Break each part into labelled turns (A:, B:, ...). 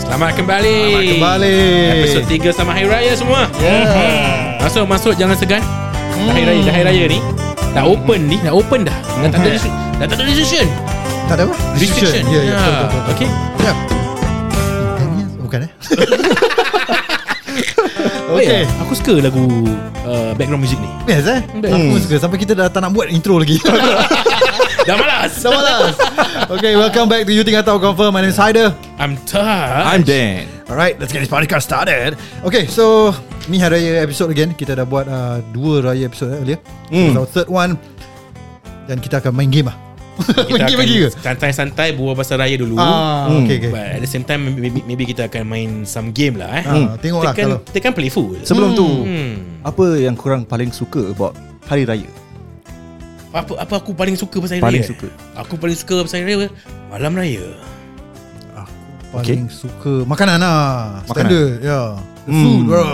A: Selamat kembali
B: Selamat kembali.
A: Episod 3 Selamat Hari Raya semua
B: Yeah.
A: Masuk masuk jangan segan hmm. Hari Raya dah Hari Raya ni Dah open ni Dah open dah Dah tak ada restri- Dah tak ada restriction
B: Tak ada apa?
A: Restriction
B: Mm-hmm. Ya, ya. betul, betul, betul.
A: Okay
B: Ya. Tanya bukan eh.
A: Okay Oh, ya.
B: Okey.
A: Aku suka lagu uh, Background music ni
B: Yes eh Aku suka Sampai kita dah tak nak buat intro lagi
A: Dah malas
B: Dah malas Okay welcome back to You Think Atau Confirm My name is Haider
A: I'm tired
B: Ah,
C: I'm Dan.
B: Alright let's get this podcast started Okay so Ni hari raya episode again Kita dah buat uh, Dua raya episode eh, earlier mm. Our third one Dan kita akan main game lah Main
A: Kita
B: game
A: akan Hmm.
B: lagi ke?
A: santai-santai Bual pasal raya dulu
B: Ah, okay, okay.
A: But at the same time maybe, maybe kita akan main Some game lah eh
B: Ah,
A: Kita
B: Tengoklah
A: kan,
B: kalau
A: kita kan playful
C: Sebelum tu,
A: Hmm.
C: apa yang korang paling suka about Hari Raya?
A: Apa apa aku paling suka pasal hari
C: Paling
A: raya?
C: suka.
A: Aku paling suka pasal hari raya malam raya.
B: Paling suka Makanan lah
C: Makanan.
B: Standard Ya yeah.
C: Hmm.
B: Food bro.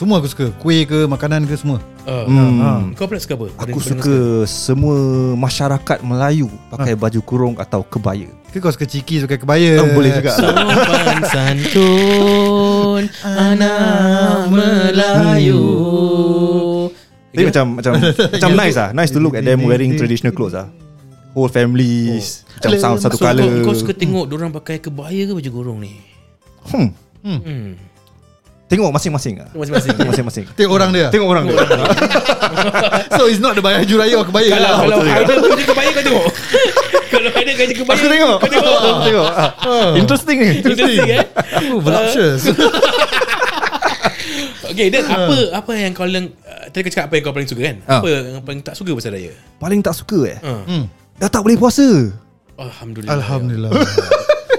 B: Semua aku suka Kuih ke Makanan ke semua
A: Uh,
C: Hmm.
A: Kau pula suka apa?
C: Aku suka semua masyarakat Melayu
A: Ha.
C: pakai baju kurung atau kebaya.
A: Eh,
B: Ke kau suka ciki Suka kebaya
C: Oh, boleh juga.
A: Sopan santun Anak Melayu
C: Tapi macam macam macam nice ah. Nice to look at them wearing traditional clothes ah. Whole families oh. macam satu, satu
A: so,
C: colour.
A: kau, kau suka tengok orang pakai kebaya ke baju gorong ni?
C: Hmm.
A: Hmm.
C: Tengok masing-masing ah.
A: Masing-masing.
C: Tengok masing-masing.
B: Tengok orang dia
C: Tengok orang dia.
B: So it's not the baju raya or kebaya
A: Kalau
B: lah.
A: kalau ada kerja kebaya kau tengok. kalau ada kerja kebaya
C: Aku tengok.
A: Kau tengok.
C: Aku tengok. Ah. Interesting ni.
A: Interesting eh.
B: Oh, voluptuous.
A: Okay, dan apa apa yang kau leng uh, tadi kau cakap apa yang kau paling suka kan?
C: Ah.
A: Apa yang paling tak suka pasal raya?
C: Paling tak suka eh.
A: Ha.
B: Hmm.
C: Dah tak boleh puasa.
A: Alhamdulillah.
B: Alhamdulillah.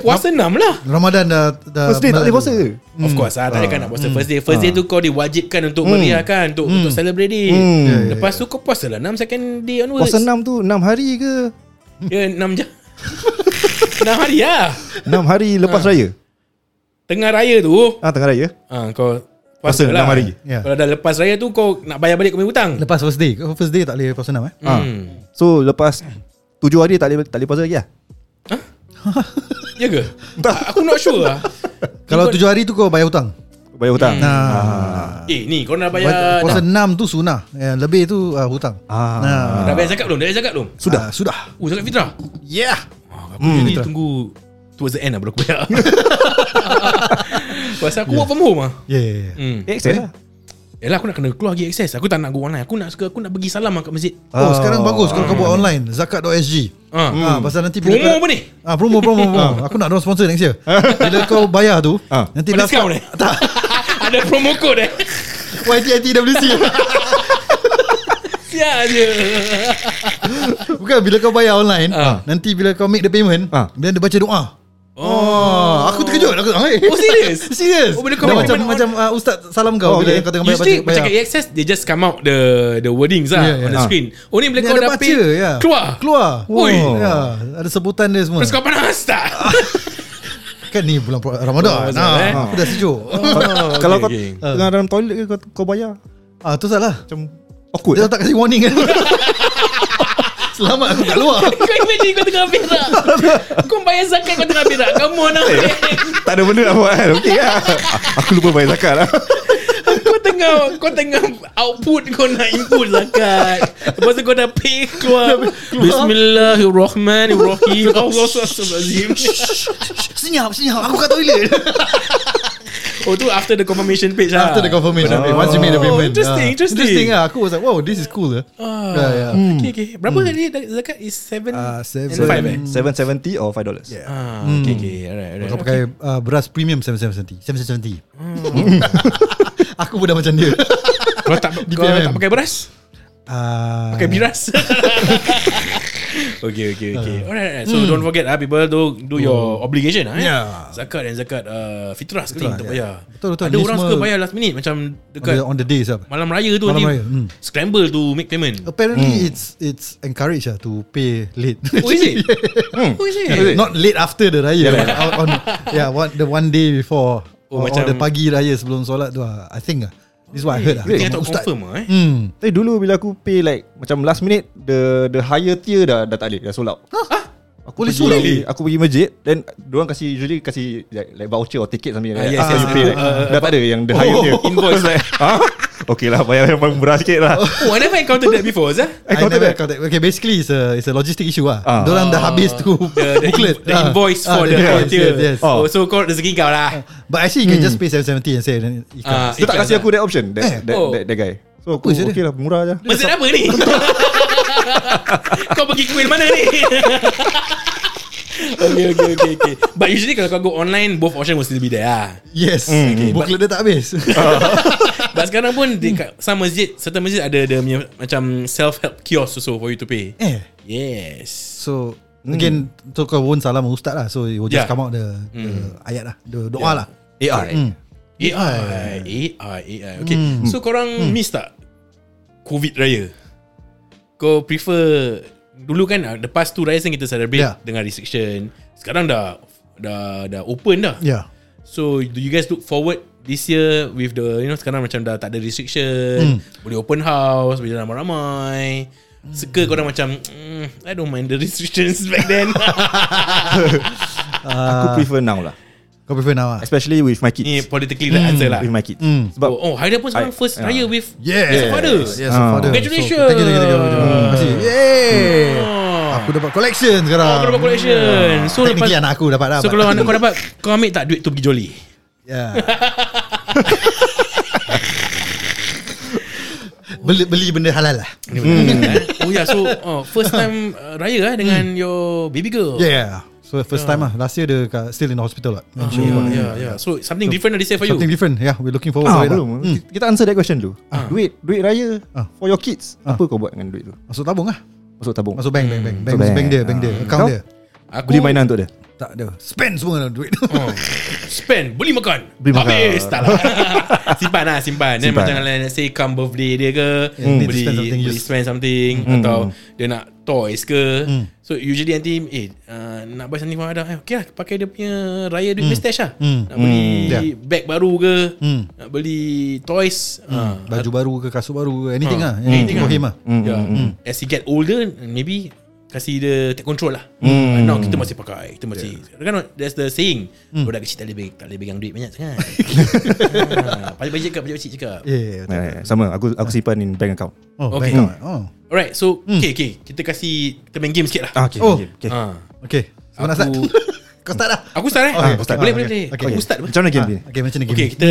A: Puasa enam lah.
B: Ramadan dah
A: Uh,
B: dah
C: First day tak boleh
B: melaju.
C: puasa.
A: Of
B: Hmm.
A: course lah Takkan nak puasa first day First day tu kau diwajibkan Untuk meriahkan Untuk untuk celebrate it
C: Hmm.
B: Ya, ya,
A: Lepas tu kau puasa lah 6 second day onwards
C: Puasa 6 tu 6 hari ke?
A: Ya 6 jam 6 hari lah
C: 6 hari lepas raya.
A: Tengah raya tu
C: Ah tengah raya.
A: ha, Kau
C: Puasa
A: puasa, lah
C: enam hari.
B: Ya.
A: Kalau dah lepas raya tu Kau nak bayar balik kau punya hutang
B: Lepas first day Kau first day tak boleh puasa enam eh
C: Ah.
A: Hmm.
C: So lepas 7 hari tak boleh tak boleh puasa lagi lah.
A: Ya ke? Aku not sure lah
B: Kalau tujuh hari tu kau bayar hutang
C: Bayar hutang. Ah.
B: Nah
A: Eh ni kau dah bayar
B: Puasa enam tu sunnah Ya, Lebih tu ah, hutang
C: Ah.
B: Nah.
A: Dah bayar zakat belum? Dah bayar zakat belum?
B: Sudah Sudah
A: Oh zakat fitrah Ah,
B: Yeah
A: Aku
B: Hmm.
A: jadi tunggu Towards the end lah baru aku bayar Pasal
B: Ya.
A: aku work from home lah
B: Yeah
A: Hmm.
C: Eh, saya lah.
A: Yalah aku nak kena keluar pergi access Aku tak nak go online Aku nak suka Aku nak pergi salam lah kat masjid
B: Oh
C: Ah.
B: sekarang bagus Kalau kau buat online Zakat.sg
C: Hmm.
A: ha.
B: Ah, pasal nanti bila
A: Promo
B: kau-
A: apa ni?
B: Ah promo promo promo. Aku nak dorang sponsor next year. Bila kau bayar tu,
C: Ah.
B: nanti
A: Ada discount ni?
B: tak
A: Ada promo code eh
B: YTITWC.
A: Sial je
B: Bukan bila kau bayar online,
A: Ah.
B: nanti bila kau make the payment,
C: Ah.
B: then dia baca doa. Oh, aku terkejut aku.
A: Oh serius?
B: Serius.
A: Oh, bila kau
B: Dia
A: make
B: macam
A: payment
B: macam uh, ustaz salam kau
C: Oh,
B: bila
C: okay.
B: kau tengah bayar
A: Usually
B: baca-
A: macam kat
B: bayar.
A: access They just come out the the wordings lah
B: Yeah, yeah.
A: On the
C: Ah.
A: screen Oh ni bila
B: Ni
A: kau
B: ada
A: dah
B: baca
A: pay
B: ya.
A: Keluar
B: Keluar.
A: Ui.
C: Oh.
B: Ya, ada sebutan dia semua.
A: Terus kau panas tak?
B: Kan ni bulan Pro- Ramadan.
A: Ramadan,
B: Nah,
A: eh. Oh.
B: aku dah sejuk.
C: Ah, Kalau kau
A: okay.
C: tengah dalam toilet ke kau, kau bayar
B: Ah, tu salah.
C: macam awkward.
B: Dia
C: lah.
B: tak kasi warning kan. Selamat aku kat luar.
A: Kau imagine kau tengah berak Kau bayar zakat kau tengah berak Come
B: Eh.
A: on lah
C: tak ada benda nak buat kan. Okey lah. Aku lupa bayar zakat lah.
A: Kau tengah Kau tengah output Kau nak input zakat Lepas tu kau dah pay Keluar Bismillahirrahmanirrahim Allah SWT
B: Senyap, senyap. Aku kat toilet.
A: Oh tu after the confirmation page lah
B: After the confirmation
C: Oh.
B: oh. Once you made the payment
A: Interesting,
B: Ah.
A: interesting.
B: Interesting lah Aku was like Wow this is cool lah
A: Ah,
B: Yeah, yeah.
A: Okay, okay. Berapa hmm. ni zakat is 7
B: Ah, hmm. seven.
A: and 5 eh?
C: 770 or 5 dollars.
B: Yeah.
A: Ah, okay, okay. Alright, alright.
B: Kau pakai uh, beras premium 770 770
A: Hmm.
B: Aku pun dah macam dia
A: Kalau tak,
B: Di
A: kalau tak
B: PMM.
A: pakai beras,
B: Ah,
A: pakai biras. okay, okay, okay. Alright, alright. So don't forget ah, people do do your
B: Oh.
A: obligation ah. eh.
B: Yeah.
A: Zakat dan zakat uh, fitrah sekali kita
B: yeah.
A: bayar.
B: Betul, betul.
A: Ada
B: Ni
A: orang
B: semua-
A: suka bayar last minute macam
B: on the,
A: dekat
B: on the day sah.
A: malam raya tu
B: Malam
A: nanti
B: raya, hmm. Oh,
A: scramble to make payment.
B: Apparently it's it's encouraged lah to pay late.
A: Oh is it? Oh is it?
B: Kan Not late after the raya. Yeah, on, yeah one, the one day before.
A: Oh,
B: or,
A: macam-
B: or the pagi raya sebelum solat tu lah. I think lah. This is what I heard lah.
A: Kita tak
B: From Ustaz.
A: confirm ah eh.
B: Hmm.
C: Tapi dulu bila aku pay like macam last minute the the higher tier dah dah tak boleh dah sold out. Aku boleh suruh Aku pergi masjid Then Diorang kasih Usually kasih Like, like voucher or ticket Something
A: Ah,
C: like that
A: yes,
C: So
A: yes,
C: you pay
A: ah,
C: like, Dah tak ada yang The higher punya Oh.
B: Oh.
C: Invoice
A: eh.
C: like huh? Okay lah Bayar yang paling murah sikit lah
A: Oh, I never encountered that before, Zah.
B: I
C: I counted
B: never
C: that
B: counted. Okay, basically it's a it's a logistic issue ah.
C: Ah.
B: Diorang dah habis tu
A: The, the,
B: booklet. ah.
A: the invoice for the
B: invoice,
A: voucher.
B: yes, yes.
A: Oh, so kau rezeki kau lah.
B: But actually you can just pay 770 and say then it
A: Ah,
B: comes.
C: Dia tak
A: ikhlas
C: kasih
A: lah.
C: aku that option That,
B: Eh,
C: that,
A: oh.
C: that, that guy So aku
B: Apa je dia?
C: okay lah Murah je
A: Masjid apa ni? kau pergi kuil mana ni? okay, okay, okay, okay. But usually kalau kau go online, both option will still be there lah.
B: Yes. Okay, booklet dia tak habis.
A: Ah. But sekarang pun di kat some masjid, certain masjid ada dia punya macam self-help kiosk also for you to pay.
B: eh.
A: Yes.
B: So again so kau won't salam ustaz lah. So you will just
A: Hmm. Yeah. Hmm.
B: come out the, the ayat lah, the doa lah.
C: AI
A: AI, AI, AI. Okay.
B: Hmm.
A: So korang miss tak COVID raya? Kau prefer dulu kan uh, the past two raya kan kita celebrate
B: Yeah.
A: dengan restriction. Sekarang dah dah dah open dah.
B: Yeah.
A: So do you guys look forward this year with the you know sekarang macam dah tak ada restriction,
B: Hmm.
A: boleh open house, boleh jalan ramai-ramai. Suka korang macam mm, I don't mind the restrictions back then.
C: Aku prefer now lah
B: Ah, Kau prefer now ah.
C: Especially with my
A: Ni
C: kids
A: politically the answer lah.
C: With my kids
B: Mm.
C: Sebab
A: oh, oh Haida pun sekarang
C: I-
A: first
C: yeah.
A: raya with
B: Yes.
A: his father.
B: Yes, so
C: Ah.
B: father.
A: Congratulations.
B: So, thank you, thank you, thank you. Terima kasih. Yeay.
A: Oh.
B: Aku dapat collection sekarang.
A: Kau Oh, dapat collection So lepas
B: Technically Ah. anak aku dapat Ya. dah.
A: So
B: but-
A: kalau anak kau dapat Kau ambil tak duit tu pergi joli
B: Yeah. beli beli benda halal lah.
A: Oh ya yeah, so oh, First time uh, Raya eh, Dengan your baby girl
B: Hmm. Yeah. So first time lah. Last year dia kat- still in the hospital lah. And she-
A: yeah, yeah, yeah. So something different That they say Ah. for you
B: Something different. Yeah, we're looking forward to
C: Ah,
B: it.
C: belum.
B: Lah. Mm.
C: Kita- Kita answer that question dulu. Duit, duit raya
B: Ah.
C: for your kids. Apa kau buat dengan duit tu?
B: Masuk tabung lah.
C: Masuk tabung.
B: Masuk bank, bank, bank, bank,
C: Masuk
B: bank,
C: bank.
B: dia, bank dia,
C: Ah.
B: account
C: Kau?
B: dia.
A: Aku
C: Beli mainan untuk dia.
B: Tak ada. Spend semua duit.
A: oh, Spend Beli makan
C: Beli makan.
A: Habis tak lah Simpan lah simpan, Then
C: Simpan. Hmm.
A: macam like, Say come birthday dia ke
B: need to
A: Beli
B: spend something,
A: Beli
B: use-
A: spend something Atau Dia nak toys ke
C: Hmm.
A: So usually nanti Eh uh, Nak buy something for Adam eh, Okay lah Pakai dia punya Raya
C: Hmm.
A: duit mustache lah Nak beli
B: Yeah.
A: Bag baru ke
B: Hmm.
A: Nak beli Toys
C: Hmm.
A: Ah,
B: Baju baru ke kasut baru, anything lah.
A: Anything
B: Anything for
A: lah.
B: him lah.
A: yeah. As he get older Maybe Kasih dia Take control lah But Now kita masih pakai Kita masih Kan that's the saying
B: Hmm.
A: Budak kecil tak boleh, pegang- tak boleh pegang duit banyak sangat ah, Pakcik-pakcik cakap Pakcik-pakcik cakap
B: Yeah.
C: Eh, sama aku aku simpan in bank account.
B: Oh,
A: Okay.
B: bank
C: Hmm.
B: account. Oh.
A: Alright so Okay okay Kita kasih Kita main game sikit lah
C: Ah, okay.
B: Oh.
C: okay, okay.
A: Ah.
B: Okay. Siapa nak start?
A: Aku-
B: Kau start lah.
A: Aku start eh
B: Okay,
A: Ah,
B: kau start.
A: Boleh
B: Ah,
A: boleh
B: okay.
A: boleh
B: Okay.
A: Aku start
C: Macam mana game ni?
B: Okay, macam mana game
A: Okay
B: ni?
A: kita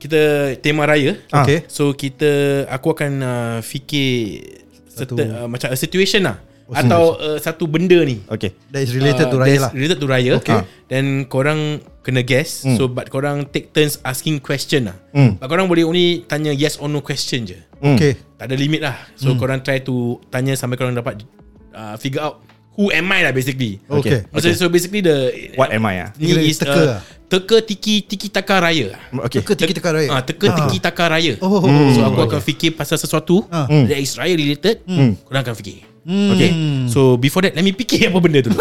A: Kita tema raya
C: Ah.
B: Okay.
A: So kita Aku akan uh, fikir
B: Satu- Oh,
A: certain, uh, Macam a situation lah Atau uh, satu benda ni
C: Okay.
B: That is related
A: Uh,
B: to Raya
A: that's
B: lah.
A: Related to Raya
B: Okay. Hmm.
A: Ah. Then korang Kena guess So but korang take turns Asking question lah
C: Hmm.
A: But korang boleh only Tanya yes or no question je
B: Okay.
A: Tak ada limit lah So
B: Hmm.
A: korang try to Tanya sampai korang dapat uh, Figure out Who am I lah basically
B: Okay.
A: So, so basically the
C: What am I ah?
A: Ni
B: Kira
A: is
B: teka
A: teka. Uh,
B: lah.
A: teka tiki tiki taka raya lah.
C: Okay.
B: Teka tiki teka Raya.
A: Ah, teka tiki taka raya.
B: Oh.
A: So
C: Hmm.
A: aku akan fikir pasal sesuatu
B: Ah. Hmm.
A: that is raya related, korang akan fikir. Okay. So before that let me fikir apa benda dulu.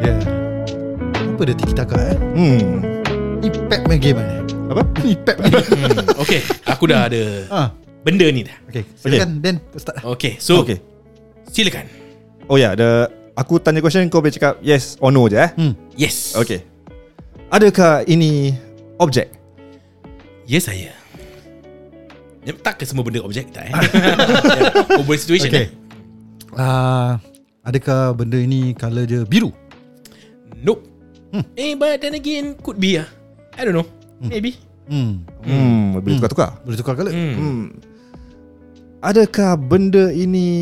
B: Yeah. Apa dia tiki taka eh?
C: Hmm.
B: Ni pep main game eh? ni.
C: Apa?
B: Ni pep main game.
A: okay, aku dah ada
B: Ah.
A: benda ni dah.
B: Okay, silakan Dan kau start.
A: Okay, so
C: Okay.
A: silakan.
C: Oh ya, yeah, the aku tanya question kau boleh cakap yes or no je eh.
A: Yes.
C: Okay. Adakah ini objek?
A: Yes saya. Ya, tak ke semua benda objek tak eh? yeah. Over situation
B: Okay.
A: eh?
B: Ah, adakah benda ini color dia biru?
A: Nope. Eh but then again could be ah. I don't know. Maybe.
B: Hmm. Hmm.
C: Hmm, boleh tukar-tukar.
B: Boleh tukar color?
A: Hmm.
C: Hmm. Adakah benda ini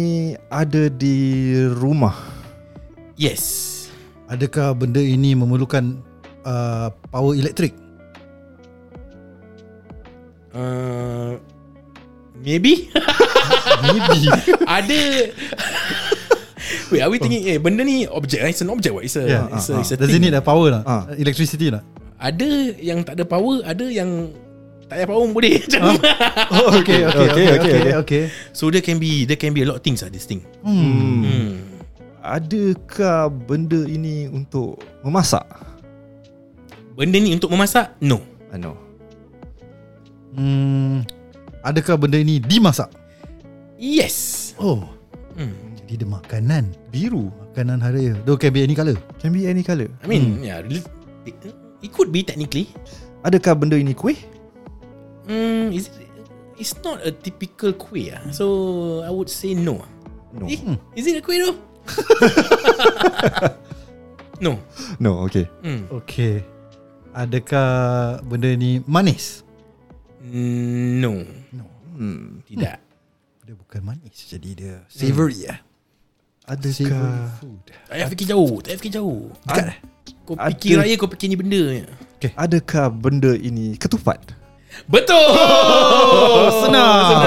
C: ada di rumah?
A: Yes.
B: Adakah benda ini memerlukan uh, power elektrik?
A: Uh, maybe
B: Maybe.
A: ada Wait, are we thinking eh benda ni objek eh? It's an object what? It's a
B: Oh. Yeah.
A: yeah, it's, a,
C: Ah, ah,
A: it's a
B: Does it
A: thing.
B: need a power lah?
C: Ah.
B: Electricity lah?
A: Ada yang tak ada power, ada yang tak payah power pun boleh. Macam mana?
B: Oh, okay, okay, okay, okay, okay, okay, okay.
A: so there can be there can be a lot of things ah this thing.
B: Hmm.
A: Hmm.
C: Adakah benda ini untuk memasak?
A: Benda ni untuk memasak? No.
C: Ah, no.
B: hmm. Adakah benda ini dimasak?
A: Yes.
B: Oh.
A: Hmm.
B: Dia ada makanan
C: Biru
B: Makanan hari raya Though can be any colour
C: Can be any colour
A: I mean, yeah, rel- it, it could be technically.
C: Adakah benda ini kuih?
A: Mm, is it, it's not a typical kuih ah. So I would say no. ah.
C: No. Hmm.
A: Eh, is it a kuih though? no.
C: No okay
A: Mm.
B: Okay Adakah benda ni manis?
A: No.
C: hmm.
A: Tidak.
B: Dia bukan manis Jadi dia savoury lah Savoury
C: Adakah
B: food
A: Tak payah fikir jauh. Tak payah fikir jauh.
B: Dekat eh?
A: Kau
C: Ada-
A: fikir raya kau fikir ni benda ya. je.
C: Adakah benda ini ketupat?
A: Betul
B: Oh, senang.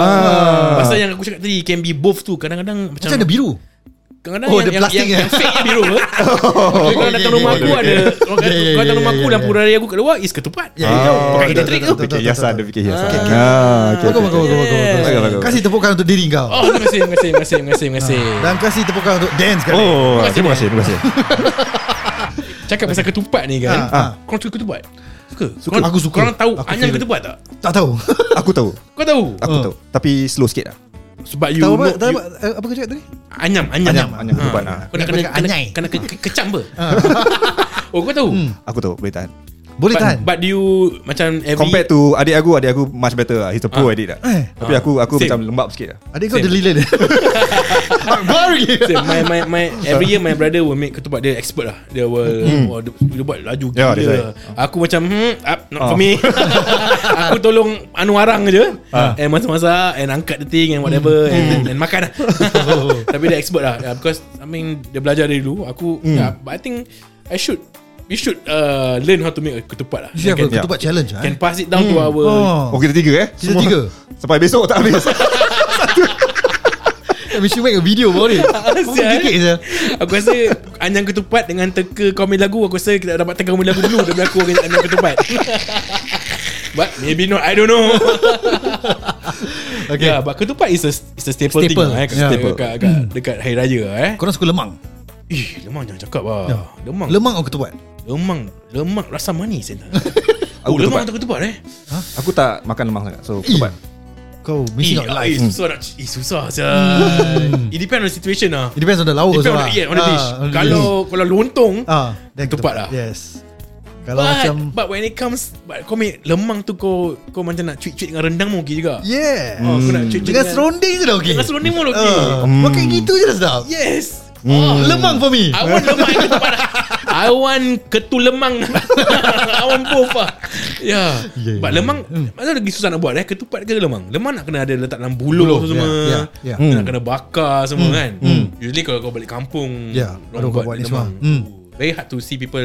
A: ah. Pasal yang aku cakap tadi Can be both tu Kadang-kadang Macam,
B: Macam ada biru
A: Kadang-kadang
B: Oh,
A: yang,
B: ada
A: yang,
B: plastik
A: yang,
B: eh?
A: yang fake yang biru eh. Kalau datang rumah aku ada Kalau
B: Yeah, yeah,
A: kalau datang
B: yeah,
A: rumah aku
B: yeah,
A: Dan
B: yeah.
A: pura raya aku kat luar Is ketupat
B: Yeah, yeah, yeah.
A: Pakai kita
B: Betul,
A: trik tu
B: betul, betul, betul,
C: Fikir hiasan
B: betul.
C: Dia fikir hiasan
A: Ah.
C: okay, okay. Ah, okay,
B: Bagus bagus bagus bagus,
A: Yeah.
C: Bagus, bagus.
B: bagus Kasih tepukan untuk diri kau
A: Oh terima kasih Terima kasih Terima kasih Terima kasih, terima kasih.
B: Dan kasih tepukan untuk Dan sekali
C: Oh terima kasih Terima kasih
A: Cakap pasal ketupat ni kan
B: Ah, ah.
A: Korang suka ketupat? Suka?
C: Suka.
A: Korang-
B: Aku suka.
A: Korang tahu
B: Aku
A: Anyam
B: favourite.
A: ketupat tak?
B: Tak tahu
C: Aku tahu
A: Kau tahu?
C: Aku
B: Oh.
C: tahu Tapi slow sikit lah
A: Sebab you
B: Tahu apa
A: know-
B: tahu
A: you-
B: apa eh, apa kau cakap tadi?
A: Anyam Anyam
B: Anyam,
C: Hanya ketupat
A: Ah.
C: ah.
A: Kau nak
B: Kena
A: kena
B: pakai
A: kena,
B: anyai. Ah. Hmm.
A: kena ke, ke, kecam apa? oh kau tahu?
C: Aku tahu Boleh tahan
B: Boleh
A: But,
B: tahan
A: but do you macam every
C: Compared to adik aku Adik aku much better lah He's a pro
A: Ah.
C: adik lah
B: Eh.
C: Tapi aku aku
A: Same.
C: macam lembab sikit lah
B: Adik kau
A: Same.
B: delila dia Akbar lagi
A: So, my my my every year my brother will make ketupat dia expert lah. Dia will oh, dia, dia buat laju
C: Yeah,
A: gila.
C: that's right.
A: lah. Aku macam hmm up, not
C: Ah.
A: for me. aku tolong anu arang je and masak-masak and angkat the thing and whatever and, and, and makan lah. Tapi dia expert lah yeah, because I mean dia belajar dari dulu. Aku yeah, but I think I should we should uh, learn how to make a ketupat lah.
B: Siapa
A: can,
B: kau buat challenge ah?
A: can pass it down to our
B: Oh
C: Oh kita tiga eh
B: Kita
C: Semua-
B: tiga.
C: Sampai besok tak habis
B: We should make a video about it Kau
A: Sial.
B: dikit je
A: Aku rasa Anyang ketupat Dengan teka komen lagu Aku rasa kita dapat teka komen lagu dulu Daripada aku dengan Anyang ketupat But maybe not I don't know
B: Okay.
A: okay. Yeah, Ya, But ketupat is a Is a staple,
B: Staple.
A: thing lah, eh, kat-
B: Yeah. Hmm.
A: dekat, dekat, dekat Hari Raya eh
B: Korang suka lemang
A: Ih lemang jangan cakap lah
B: Ya.
A: Lemang
B: Lemang atau ketupat
A: Lemang Lemang rasa manis eh. Oh
C: Aku
A: lemang
C: ketupat.
A: atau ketupat eh
C: Aku tak makan lemang sangat So ketupat
B: Eh. Kau missing out
A: ah,
B: life
A: susah nak Eh susah sia It depends on the situation lah
B: It depends on the lauk
A: Depends
B: also
A: on the,
B: lah.
A: yeah, on the
B: Oh, Ah,
A: dish
B: on the
A: Kalau Kalau lontong
B: dish. ah, then
A: ketupat lah.
B: Yes Kalau
A: But,
B: macam
A: but when it comes but kau ambil lemang tu kau kau macam nak cuit-cuit dengan rendang pun okey juga.
B: Yeah
A: Oh, kau nak cuit-cuit
B: Dengan serunding je dah okay
A: Dengan serunding pun Hmm. okey.
B: Ah, Makan gitu je dah sedap
A: Yes.
B: Ah, Lemang for me
A: I want lemang yang ketupat lah. I want ketu lemang. I want both lah. Yeah.
B: Yeah,
A: But
B: yeah,
A: lemang
B: Hmm.
A: Masa lagi susah nak buat eh Ketupat ke lemang Lemang nak kena ada letak dalam buluh
B: Buluh, ya,
A: semua
B: yeah, yeah, yeah.
A: Dia Nak kena bakar semua kan Usually kalau kau balik kampung
B: Yeah, Hmm, Ya, baru
A: orang
B: kau buat ni semua. Hmm.
A: Ooh, Very hard to see people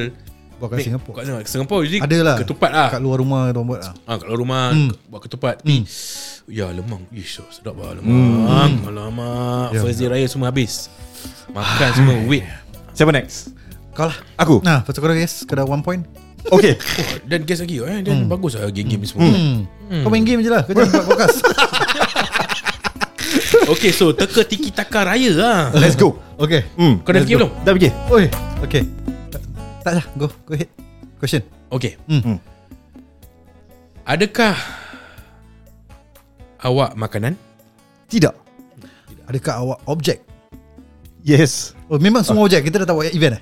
B: Buat kat
A: make-
B: Singapore.
A: kat Singapore usually
B: Ada lah
A: Ketupat lah
B: Kat luar rumah Diorang buat lah
A: Ah, kalau rumah hmm. buat ketupat tapi ya lemang. Ish, sedap lah lemang. Hmm. Alamak,
B: Ya.
A: first day raya semua habis. Makan semua wait.
C: Siapa next?
B: Kau lah
C: Aku
B: Nah pasal korang guys Kau dah one point
C: Okay
A: Oh, dan guess lagi eh. Dan bagus lah game-game semua. Hmm.
B: hmm. Kau main game je lah Kau jangan buat podcast
A: Okay, so teka tiki taka raya lah.
C: Let's go
B: Okay
C: Hmm.
A: Kau dah fikir belum?
C: Dah fikir
B: Oi Okay Tak, tak lah Go Go ahead Question
A: Okay.
B: Hmm.
A: Adakah awak makanan?
C: Tidak
B: Adakah awak objek
C: Yes
B: Oh memang semua objek Kita dah tahu event eh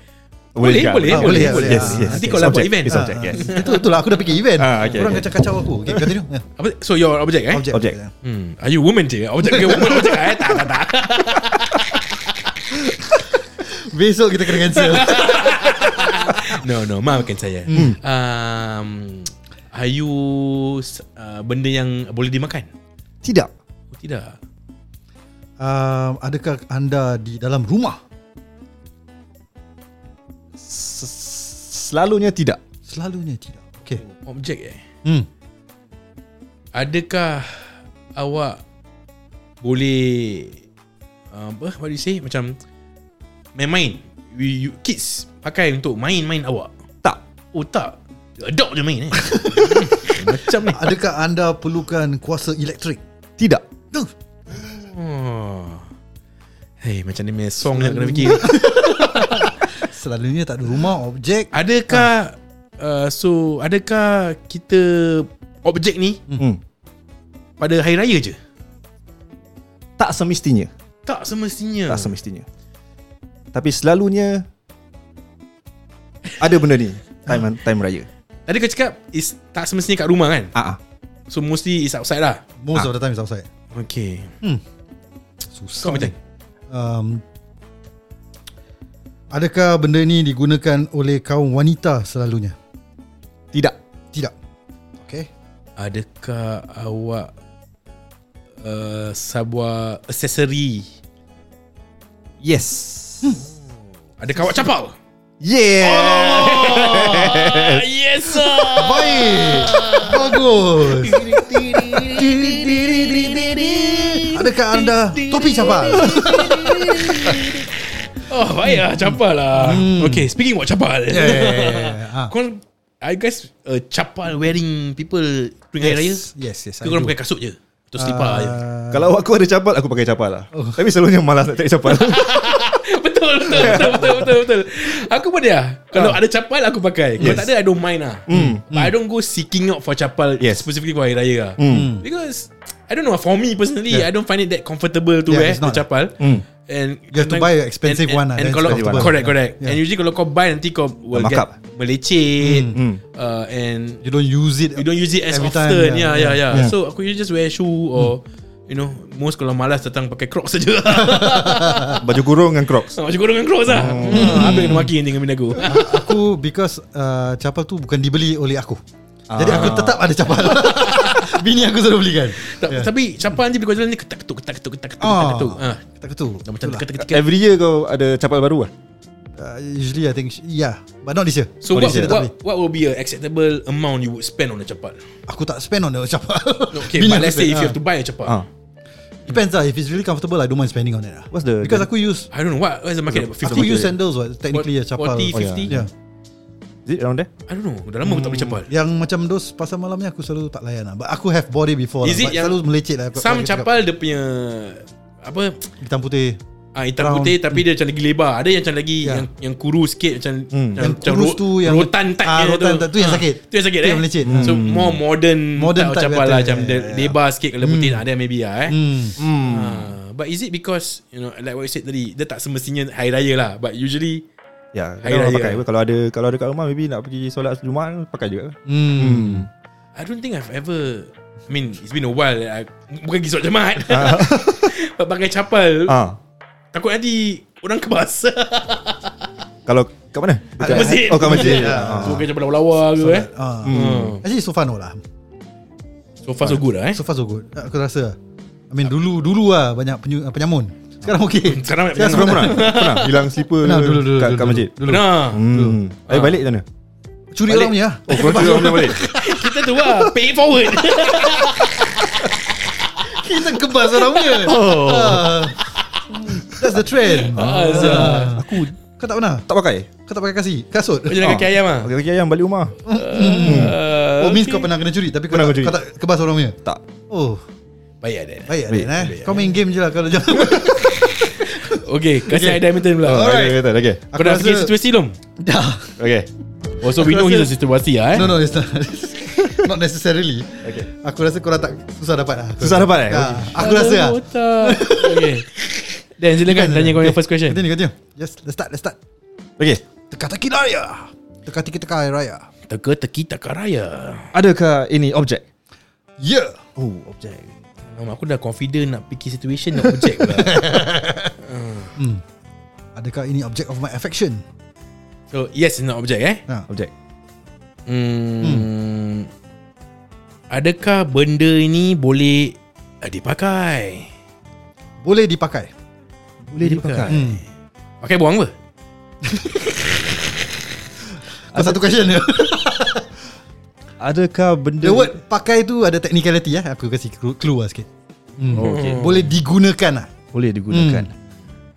A: Boleh,
C: juga.
A: boleh,
C: Ah,
B: boleh, boleh.
C: Yes,
B: Ah,
C: yes.
A: nanti
C: yes.
A: kalau buat
C: Subject,
A: event.
C: It's subject, yes.
B: Itu betul lah Aku dah fikir event
C: Ah, okay,
B: Korang
C: okay.
B: kacau-kacau aku Okay continue Ya.
A: Apa, so you're object eh?
B: Objek
C: Objek.
A: Hmm. Are you woman je? Object ke woman object eh? Tak, tak, tak.
B: Besok kita kena cancel
A: No no Maafkan saya hmm. um, Are you s- uh, Benda yang Boleh dimakan
C: Tidak
A: oh, Tidak
B: um, Adakah anda di dalam rumah
C: Selalunya tidak
B: Selalunya tidak Okay
A: Objek eh
B: hmm.
A: Adakah Awak Boleh uh, Apa What do you say Macam Main-main you, you, Kids Pakai untuk main-main awak
C: Tak
A: Oh tak Adopt je main eh Macam ni
B: Adakah anda perlukan kuasa elektrik
C: Tidak
B: Tuh
A: oh. Hei macam ni punya song nak kena fikir
B: Selalunya tak ada rumah Objek
A: Adakah uh, So Adakah Kita Objek ni
C: hmm.
A: Pada hari raya je
C: Tak semestinya
A: Tak semestinya
C: Tak semestinya Tapi selalunya Ada benda ni Time time raya
A: Tadi kau cakap is, Tak semestinya kat rumah kan
C: Ah, ah.
A: So mostly is outside lah
B: Most of the time is outside
A: Okay
B: Susah
A: Kau macam
B: um, Adakah benda ni digunakan oleh kaum wanita selalunya?
C: Tidak
B: Tidak Okay
A: Adakah awak uh, Sebuah Accessory
C: Yes Hmm.
A: Adakah awak capau
C: Yeah
A: oh, Yes sir
B: Baik Bagus Adakah anda topi capal?
A: Oh baik lah Capal lah Okay speaking about capal
B: yeah.
A: Kau Are you guys uh, Capal wearing People During yes. Hari Raya
B: Yes, yes. Ah.
A: Kau orang pakai ya. kasut je Atau selipar je
C: Kalau aku ada capal Aku pakai capal lah oh. Tapi selalunya malas nak cari capal
A: betul, betul, betul, betul, betul, betul. Aku pun dia. Kalau ada capal aku pakai. Kalau
C: Yes.
A: tak ada I don't mind lah. But I don't go seeking out for capal
C: Yes.
A: specifically for hari raya lah.
C: Hmm.
B: Hmm.
A: Because I don't know for me personally I don't find it that comfortable to
B: Yeah,
A: wear
B: it's
A: the
B: not. Hmm.
A: capal. And
B: You have to buy an expensive
A: and,
B: one lah,
A: And, and
B: then
A: kalau
B: it's comfortable.
A: correct correct.
B: Yeah.
A: And usually kalau kau buy nanti kau will
C: Dah
A: get
C: markup.
A: melecet
B: Hmm,
A: uh, and
B: You don't use it.
A: you don't use it as
B: Every time,
A: often. ya,
B: yeah,
A: yeah, yeah, yeah,
B: yeah. Hmm.
C: Yeah.
A: So aku usually just wear shoe or you know most kalau malas datang pakai Crocs saja.
C: Baju kurung dengan crocs
A: Macam korang dengan Crocs lah hmm. Apa yang kena maki nanti dengan benda aku
B: Aku because uh, capal tu bukan dibeli oleh aku. Jadi aku tetap ada capal. Bini aku suruh belikan.
A: Ah. Tak, Tapi Capal nanti bila kau jalan ni Ketak-ketuk Ketak-ketuk Ketak-ketuk Ketak-ketuk
B: Ah,
A: ha.
B: Kata ketu.
A: Dah macam
B: Itulah.
A: ketika-ketika
C: Every year kau ada capal baru lah
B: Uh, usually I think she- yeah, but not this year.
A: So
C: Oh,
A: what,
C: this year
A: what,
C: tak
A: what, what will be a acceptable amount you would spend on a Capal?
B: Aku tak spend on the capal.
A: Okay Bini but
B: aku
A: let's say
B: spend,
A: if you have to
B: ah.
A: buy a Capal
C: Ah.
B: depends lah. If it's really comfortable, I don't mind spending on it lah.
C: What's the-
B: because aku use
A: I don't know what What's the market? About 50?
B: aku use sandals what technically a capal.
A: 40, 50?
C: Oh, yeah.
B: Yeah.
C: Is it around there?
A: I don't know Dah lama aku tak beli Capal
B: Yang macam dos pasal malamnya aku selalu tak layan lah. But aku have bought it before
A: Is
B: lah.
A: it
B: But
A: yang-
B: selalu melecet lah.
A: Some Capal dia punya Apa
B: Hitam putih.
A: Ah, hitam
B: Round.
A: putih tapi dia macam lagi lebar. Ada yang macam lagi
B: Yeah. Hmm.
A: yang yang kurus sikit macam
B: Yang kurus tu, yang-
A: rotan type
B: Ah,
A: dia
B: rotan type tu yang
A: Ah,
B: sakit.
A: Tu yang sakit
B: Tu
A: eh.
B: yang lecit.
A: So more modern
B: Modern
A: type, macam
B: type better.
A: lah macam
B: Yeah,
A: dia
B: yeah, yeah.
A: lebar sikit kalau putih ada maybe lah eh.
B: Hmm.
A: Ah, but is it because you know like what you said tadi dia tak semestinya hari raya lah but usually
C: Ya,
A: Hari
C: kadang orang
A: Raya.
C: pakai. Kalau ada kalau ada kat rumah maybe nak pergi solat Jumaat pakai juga.
B: Hmm.
A: I don't think I've ever I mean it's been a while that I, bukan pergi solat jemaat but pakai capal
C: Ah.
A: takut nanti orang kebas
C: Kalau kat mana?
A: Kat masjid.
C: Oh, kat masjid.
B: Masjid,
C: Ah.
A: so macam lawa-lawa ke eh
B: Ah.
A: Hmm.
B: Actually so far no lah.
A: so far so good lah eh
B: So far so good Aku rasa lah. I mean dulu Dulu lah Banyak penyu, penyamun Sekarang okey
A: sekarang
C: Sekarang
A: macam
C: pernah pernah. Pernah hilang slipper
B: Pernah dulu dulu
C: kat,
B: dulu,
C: kat masjid.
B: dulu.
A: Nah,
C: Hmm. Tapi balik macam mana?
B: Curi
A: Balik.
B: orang punya lah.
C: Oh, kau orang boleh balik.
A: kita tu lah Pay it forward
B: Kita kebas orang punya
C: Oh.
B: Ah. That's the trend
A: Ah, Zah.
C: Aku
B: Kau tak pernah
C: tak pakai.
B: Kau tak pakai kasi Kasut
A: Macam nak
C: Ah.
A: kaki ayam Ah, lah
C: Pakai kaki ayam balik rumah.
B: Oh means kau pernah kena curi Tapi kau,
C: Pernah
B: tak,
C: curi.
B: kau tak kebas orang punya
C: Tak.
B: Oh
A: Baik ada
B: Baik
C: Baik,
B: Aden eh Kau main game je lah Kalau jangan
A: Okay Kasih okay. Diamond pula
C: Oh,
B: Alright.
C: ada kata, okay.
A: lah. Kau dah fikir situasi belum?
B: Dah
C: Okay.
A: Oh so we
B: Aku
A: know
B: rasa-
A: he's a situasi lah eh
B: No no it's not Not necessarily
C: Okay.
B: Aku rasa korang tak Susah dapat lah
C: Susah dapat, eh?
B: Ah, Aku rasa lah
A: Otak. Okay Dan silakan Kan, tanya kau yang first question
B: Continue continue Yes let's start let's start
C: Okay.
B: Teka-teki raya Teka-teki teka raya
A: Teka teki teka raya
C: Adakah ini objek?
B: Yeah
C: Oh, objek.
A: Nama aku dah confident nak fikir situation nak project pula
B: Adakah ini object of my affection?
A: So yes it's not object eh
B: Ha.
C: Objek.
A: hmm, Adakah benda ini boleh eh, dipakai?
B: Boleh dipakai
C: Boleh dipakai.
B: hmm.
A: Pakai buang apa?
B: Kau satu question je
C: Adakah benda
B: The word pakai tu ada technicality ya. Aku kasih clue, clue lah sikit
C: Oh, okay.
B: Boleh digunakan lah
C: Boleh digunakan.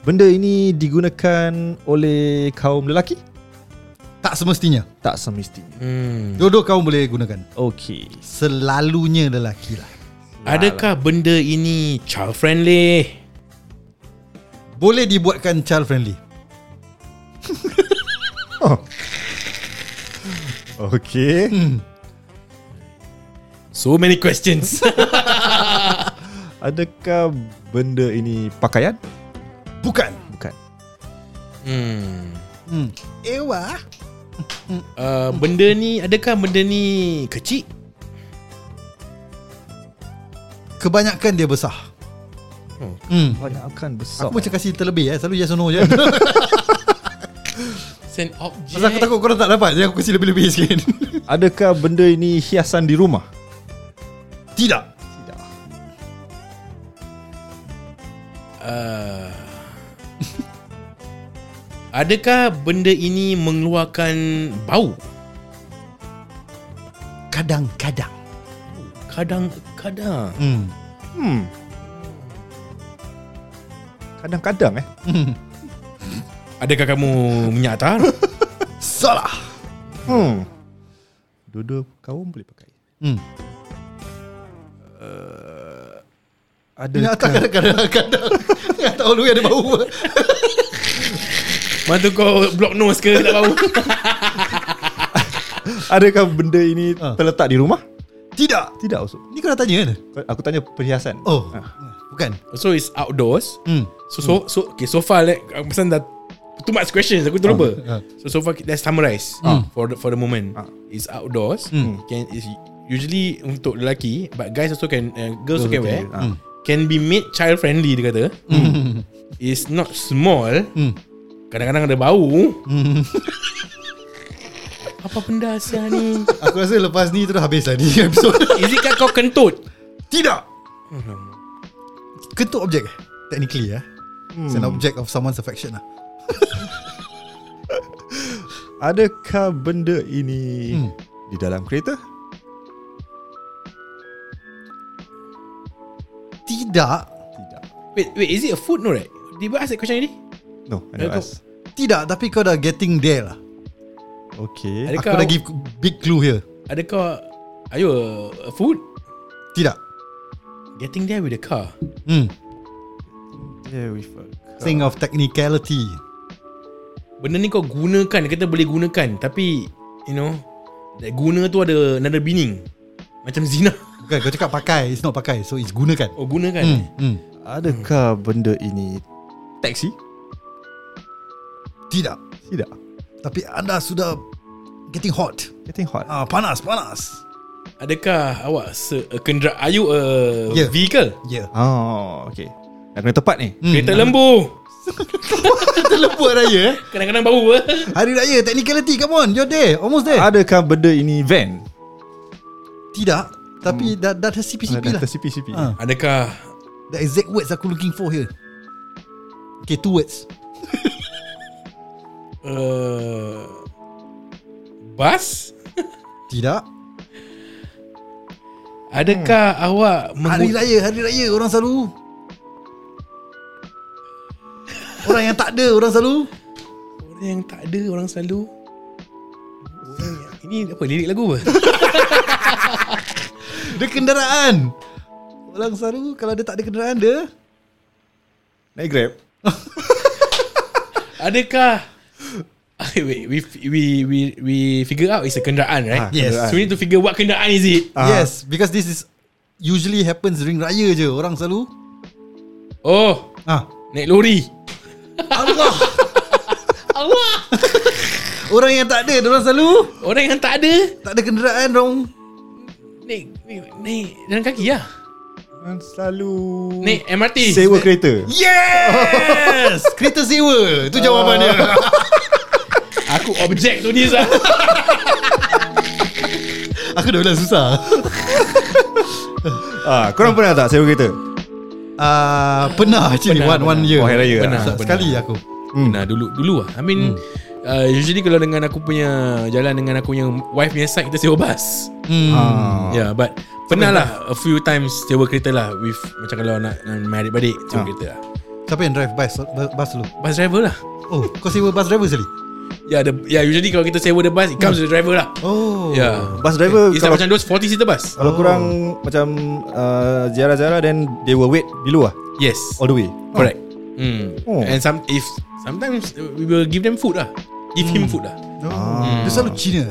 C: Benda ini digunakan oleh kaum lelaki?
B: Tak semestinya
C: Tak semestinya.
A: Hmm.
B: Dua-dua kau boleh gunakan
C: Okey.
B: Selalunya lelaki lah
A: Adakah benda ini child friendly?
B: Boleh dibuatkan child friendly
C: Okey.
A: So many questions
C: Adakah benda ini pakaian?
B: Bukan
C: Bukan
A: Hmm.
B: hmm. Ewa
A: Uh, benda ni adakah benda ni kecil?
B: Kebanyakan dia besar
A: Oh.
B: hmm.
C: Banyakkan besar
B: Aku macam kasih terlebih eh Selalu yes or no je
A: It's an object.
B: Pasal aku takut korang tak dapat Jadi aku kasih lebih-lebih sikit
C: Adakah benda ini hiasan di rumah?
B: Tidak
C: Tidak
A: Uh, adakah benda ini mengeluarkan bau?
B: Kadang-kadang
A: Kadang-kadang.
B: hmm.
C: Hmm Kadang-kadang eh
B: Hmm.
A: Adakah kamu menyata?
B: Salah
C: Hmm Dua-dua kaum boleh pakai
B: hmm.
C: Uh,
B: Nak tak
C: Adakah
B: kadang-kadang Nak tahu lu ada bau apa.
A: Mana tu kau block nose ke tak bau?
C: Adakah benda ini
B: Ah.
C: terletak di rumah?
B: Tidak
C: Tidak Usop
B: Ni kau dah tanya kan
C: Aku tanya perhiasan
B: Oh
C: Ah.
B: Bukan
A: So it's outdoors.
B: hmm.
A: So so so okay so far like aku pasal dah too much questions aku terlupa.
B: Ah.
A: So so far let's summarize
B: Ah.
A: for the, for the moment.
C: Ah.
A: It's outdoors.
B: Hmm.
A: Can is usually untuk lelaki but guys also can uh, girls also
C: Girls
A: can
C: can
A: wear.
C: wear, ah.
A: Can be made child friendly dia kata.
B: Hmm.
A: It's not small.
B: Hmm.
A: Kadang-kadang ada bau.
B: Hmm.
A: Apa benda asal ni?
B: Aku rasa lepas ni terus habis lah ni episod
A: Is it kau kentut?
B: Tidak Ketuk objek eh? Technically ya eh? It's an object of someone's affection lah
C: Adakah benda ini
B: Hmm.
C: Di dalam kereta?
B: Tidak
C: Tidak
A: Wait, wait, is it a food no right? Did we ask that question already?
C: No I
A: Eh, kau-
C: never ask
B: Tidak tapi kau dah getting there lah
C: Okay
A: Adakah-
B: Aku dah give big clue here
A: Ada kau Are you a, a food?
B: Tidak
A: Getting there with the car
B: hmm.
C: Yeah we fuck
B: Thing of technicality
A: Benda ni kau gunakan Dia kata boleh gunakan Tapi You know That guna tu ada Another meaning Macam zina
B: Bukan kau cakap pakai It's not pakai So it's gunakan
A: Oh gunakan
B: hmm. Hmm.
C: Adakah benda ini Taxi?
B: Tidak
C: Tidak
B: Tapi anda sudah Getting hot
C: Getting hot
B: ah, Panas panas
A: Adakah awak se, a kendera, Are you a
B: Yeah.
A: Vehicle?
B: Ya yeah.
C: Oh okay Dah kena tepat ni
A: Hmm. Kereta lembu
B: Terlepas raya eh
A: Kadang-kadang bau eh?
B: Hari raya technicality Come on You're there Almost there
C: Adakah benda ini van?
B: Tidak Tapi dah, dah Hmm. dah CPCP
C: Ada
B: lah
C: CP CP.
B: Ah.
A: Adakah
B: The exact words aku looking for here Okay two words
A: uh, Bas?
B: Tidak
A: Adakah awak
B: Hmm. Hari
A: menggu-
B: raya Hari raya orang selalu Orang yang tak ada Orang selalu
A: Orang yang tak ada Orang selalu Orang yang, Ini apa lirik lagu apa?
B: Dia kenderaan Orang selalu Kalau dia tak ada kenderaan dia
C: Naik Grab.
A: Adakah Okay, wait, we we we we figure out it's a kenderaan, right?
C: Ah,
A: So
B: yes.
A: we need to figure what kenderaan is it?
C: Ah.
B: Yes Because this is Usually happens during raya je Orang selalu
A: Oh,
B: Ah,
A: naik lori.
B: Allah
A: Allah.
B: Orang yang tak ada Orang selalu
A: Orang yang tak ada
B: Tak ada kenderaan Orang
A: naik naik, naik jalan kaki lah.
C: Orang Selalu
A: Naik MRT.
C: sewa kereta.
B: Yes Kereta sewa Itu jawapan dia
A: Ah. Aku objek tu ni sah.
B: Aku dah bilang susah
C: Ah, korang pernah tak sewa kereta?
B: uh, Pernah actually
A: Pernah,
B: One, one
A: pernah.
B: year
C: Oh, hari raya.
A: Pernah.
B: Sa- Sekali aku
A: Hmm. Nah dulu dulu lah. I mean
C: Hmm.
A: uh, usually kalau dengan aku punya jalan dengan aku punya wife punya side kita sewa bas.
B: hmm.
C: Ah.
A: Yeah, but pernah lah a few times sewa kereta lah with macam kalau nak, nak married balik sewa
C: Ah.
A: kereta lah.
B: Siapa yang drive bus, bu- bus lu?
A: Bus driver lah.
B: Oh kau sewa bus driver sekali?
A: Yeah, Ya, the, yeah usually kalau kita sewa the bus it comes with the driver lah.
B: Oh
A: Yeah.
C: Bus driver
A: It's like Eh, macam
C: kalau
A: those 40 seater bus.
C: kalau kurang macam uh, ziarah-ziarah then they will wait below ah
A: Yes.
B: Oh.
C: all the way.
A: Correct. Mm.
C: Oh.
A: And some if sometimes we will give them food lah. Give him food lah.
B: oh. Dia selalu Cina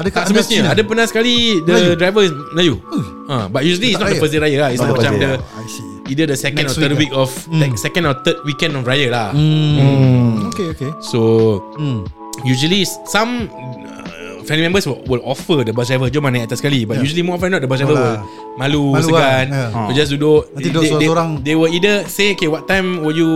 B: Adakah
A: Tak
B: anda
A: semestinya. Ada pernah sekali the
B: Melayu?
A: driver is Melayu.
B: Ui.
A: Ha, but usually it's not the
B: Dia tak raya.
A: first day raya lah. It's
C: Not
A: not
C: the
A: macam
C: first
A: the
C: day,
B: I see
A: either the second
B: Next
A: or third
B: week lah.
A: week, of like second or third weekend of Raya lah.
B: Hmm. Okay, okay.
A: So
B: Hmm.
A: usually some uh, family members will, will offer the bus driver jom mana atas sekali but yeah. usually more often than not the bus driver will
B: Alah.
A: malu,
B: Malu
A: malu segan
B: kan,
A: yeah. just duduk
B: Nanti duduk seorang-seorang.
A: they, they will either say okay what time will you